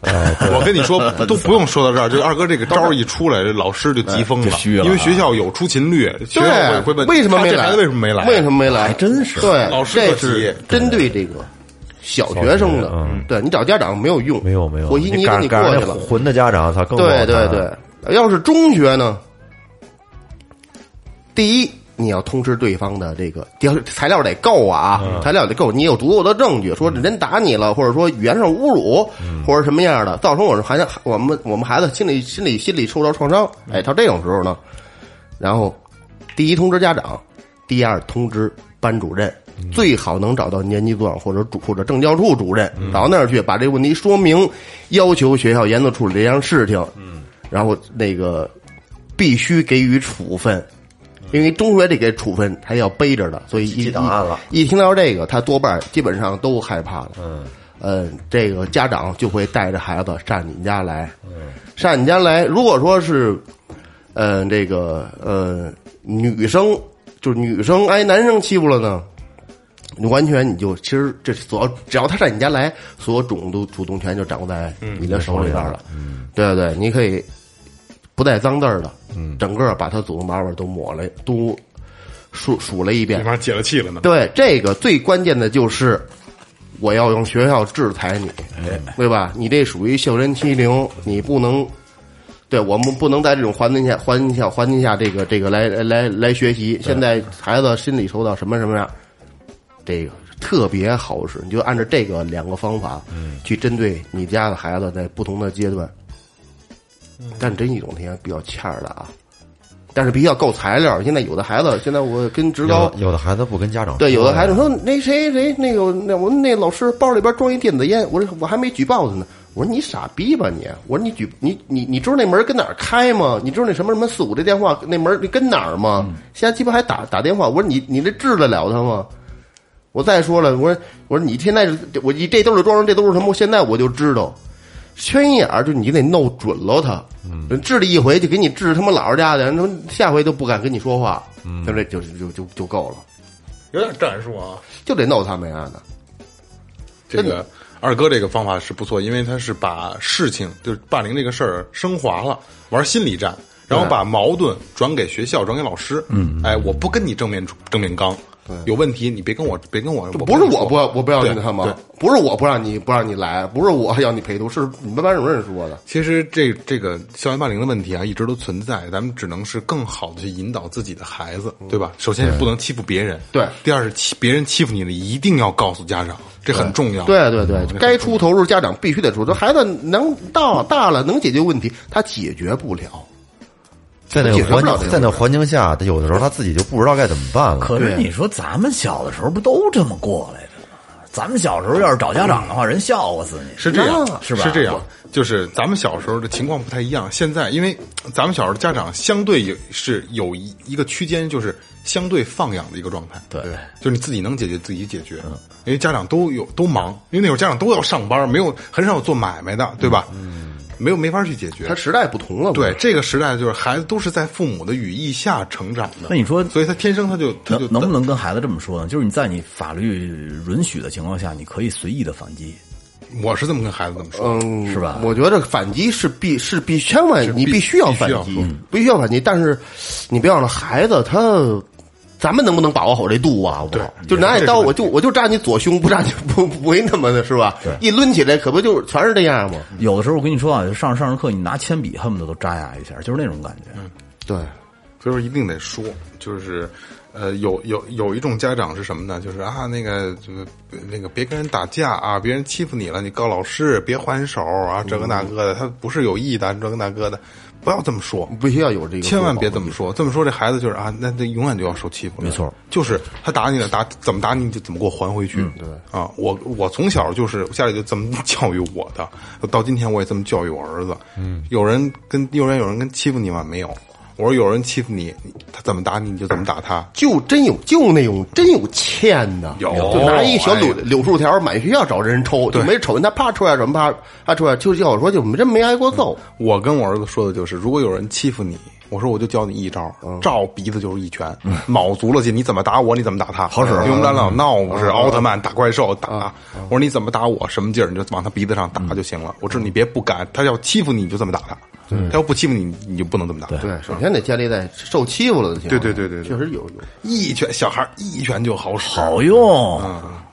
我跟你说， 都不用说到这儿，就二哥这个招儿一出来，这老师就急疯
哎 就
了，
虚了啊
因为学校有出勤率，学校
对，
委会问
为什么没
他这孩
来？
子为什么没来？
为什么没来？还
真是
对，
老师
这
特急
是针对这个小学生的
小学嗯，
对你找家长没有用，
没有没有，
我一
你
你给
赶
你过
赶上
去
那
了，
混的家长，他更不好
对对
看
对。要是中学呢，第一你要通知对方的这个第二材料得够啊，
嗯
材料得够，你有足够的证据，说人打你了，或者说语言上侮辱，
嗯
或者什么样的，造成我们孩子我们我们孩子心理心理心理受到创伤，
嗯
哎，到这种时候呢，然后第一通知家长，第二通知班主任，最好能找到年级组长或者主或者政教处主任，到那儿去把这个问题说明，要求学校严肃处理这样事情。嗯，然后那个必须给予处分，因为中学这个处分他要背着的，所以一
记档案了
一一听到这个，他多半儿基本上都害怕了。嗯，呃，这个家长就会带着孩子上你们家来。嗯，上你家来，如果说是呃，这个呃，女生就是女生挨男生欺负了呢，你完全你就其实这所有只要他上你家来，所有主动主动权就掌握在你的手里边了。嗯，对对，你可以不带脏字儿的，嗯，整个把他祖宗八辈儿都抹了，都数数了一遍
你，妈解了气了呢。
对，这个最关键的就是我要用学校制裁你，对吧？你这属于校园欺凌，你不能。对我们不能在这种环境下、环境下、环境下，这个这个来来来来学习。现在孩子心理受到什么什么样，这个特别好使。你就按照这个两个方法，去针对你家的孩子在不同的阶段。但真一种天比较欠儿的啊，但是比较够材料。现在有的孩子，现在我跟职高
有有的孩子不跟家长
对，有的孩
子
子说那谁谁那个那我们那老师包里边装一电子烟，我说我还没举报他呢。我说你傻逼吧你！我说你举你你你知道那门跟哪儿开吗？你知道那什么什么四五这电话那门跟哪儿吗？现在鸡巴还打打电话，我说你你这治得了他吗？我再说了，我说我说你现在是我你这都是装上，这都是什么？我现在我就知道，圈眼儿就你得弄准喽他，治了一回就给你治他妈老实家的，人他妈下回都不敢跟你说话，对不对？就就就就够了。
有点战术啊。
就得闹他们丫的。
这个二哥这个方法是不错，因为他是把事情就是霸凌这个事儿升华了，玩心理战，然后把矛盾转给学校，转给老师。嗯，哎，我不跟你正面正面刚，有问题你别跟我别跟我，
不是我不
跟你说
我不要跟他
对
吗
对？
不是我不让你不让你来，不是我要你陪读，是你们班主任说的。
其实这这个校园霸凌的问题啊，一直都存在，咱们只能是更好的去引导自己的孩子，对吧？首先是不能欺负别人，
嗯对
第二是欺别人欺负你了，一定要告诉家长，这很重要。
对对对，该出头时候家长必须得出头。孩子能到大了能解决问题，他解决不了。
在那
解
个
决不
环
了这
境
个
在那环境下，他有的时候他自己就不知道该怎么办了。
可是你说咱们小的时候不都这么过来的吗？咱们小时候要是找家长的话，人笑话死你。
是这样，
啊
是吧？
这样，就是咱们小时候的情况不太一样。现在，因为咱们小时候家长相对有是有一一个区间，就是相对放养的一个状态。
对
就是你自己能解决自己解决，
嗯
因为家长都有都忙，因为那会儿家长都要上班，没有很少有做买卖的，对吧？嗯，没有没法去解决
他。时代不同了嘛，
对这个时代，就是孩子都是在父母的羽翼下成长的。
那你说
所以他天生他就他就
能能不能跟孩子这么说呢？就是你在你法律允许的情况下，你可以随意的反击，
我是这么跟孩子这么
呃
说，
嗯，
是吧
我觉得反击是必是必千万你
必
必须要
必须
反
要
击
说，
必须要反击。但是你别忘了，孩子他，咱们能不能把握好这度啊？我就拿
这是
起刀，
问
我就我就扎你左胸，不扎你 不不不会那么的是吧？一抡起来，可不就是全是这样吗？
有的时候我跟你说啊，上着上着课，你拿铅笔恨不得都扎牙一下，就是那种感觉。
嗯
对，
所以说一定得说，就是，呃，有有有一种家长是什么呢？就是啊，那个就是那个别跟人打架啊，别人欺负你了，你告老师，别还手啊，这个那
嗯
个的，他不是有意的，这个那个的，不要这么说。
必须要有这个，
千万别这
么。
么说，这么说这孩子就是啊，那这永远就要受欺负。没
错，
就是他打你了，打怎么打你就怎么给我还回去。对啊，我我从小就是家里就这么 教育我的，到今天我也这么教育我儿子。嗯，有人跟幼儿园有人跟欺负你吗？没有。我说有人欺负你，你他怎么打你你就怎么打他。
就真有，就那种真有欠的，
有
就拿一小柳
哎
柳树条满学校找人抽，就没瞅见他啪出来什么啪啪出来，就是要我说就真没挨过揍，
我跟我儿子说的就是，如果有人欺负你，我说我就教你一招，照鼻子就是一拳，卯足了劲，你怎么打我，你怎么打他，好使。啊嗯因为我们俩老闹不是奥特曼打怪兽打，我说你怎么打我，什么劲儿，你就往他鼻子上打就行了。我知道你别不敢，他要欺负你，你就这么打他；他要不欺负你，你就不能这么打。
对，首先得建立在受欺负了的情况下，
对对对对对
确实有有。
一拳小孩儿一拳就好使，
好用，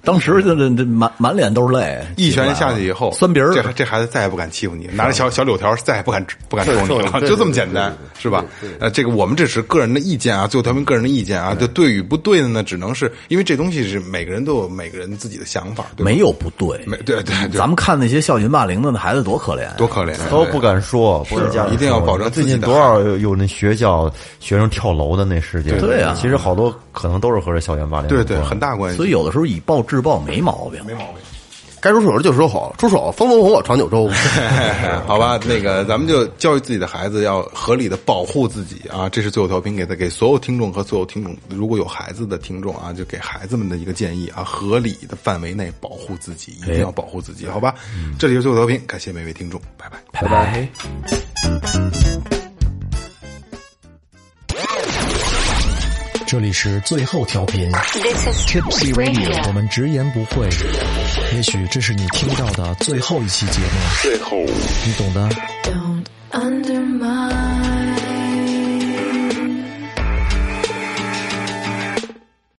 当时这这这满满脸都是泪，
嗯一拳下去以后，
酸鼻儿
这这孩子再也不敢欺负你，拿着小小柳条儿再也不敢不敢
是
动你
是
了，
对
就这么简单，是吧？呃，这个我们这是个人的意见啊，最后调频个人的意见啊，就对与不对的呢，只能是因为这东西是每个人都有每个人自己的想法，对吧
没有不对，
没对对对，
咱们看那些校园霸凌的那孩子多可怜啊，
多可怜，
都
对
不敢说，不是
一定要保证
最
自己的
近多少有有那学校学生跳楼的那事件，
对啊
其实好多可能都是和这校园霸凌有
对
关。
对，很大关系，
所以有的时候以暴制暴没毛病，
没毛病。
该出手的就出手，出手风风火火闯九州。
好吧，那个咱们就教育自己的孩子要合理的保护自己啊，这是最后调频给的给所有听众和所有听众，如果有孩子的听众啊，就给孩子们的一个建议啊，合理的范围内保护自己，一定要保护自己，好吧？这里是最后调频，感谢每位听众，拜拜。
拜拜。
这里是最后调频
This is
Tipsy Radio，我们直言不讳。也许这是你听到的最后一期节目，最后，你懂的。
Don't undermine.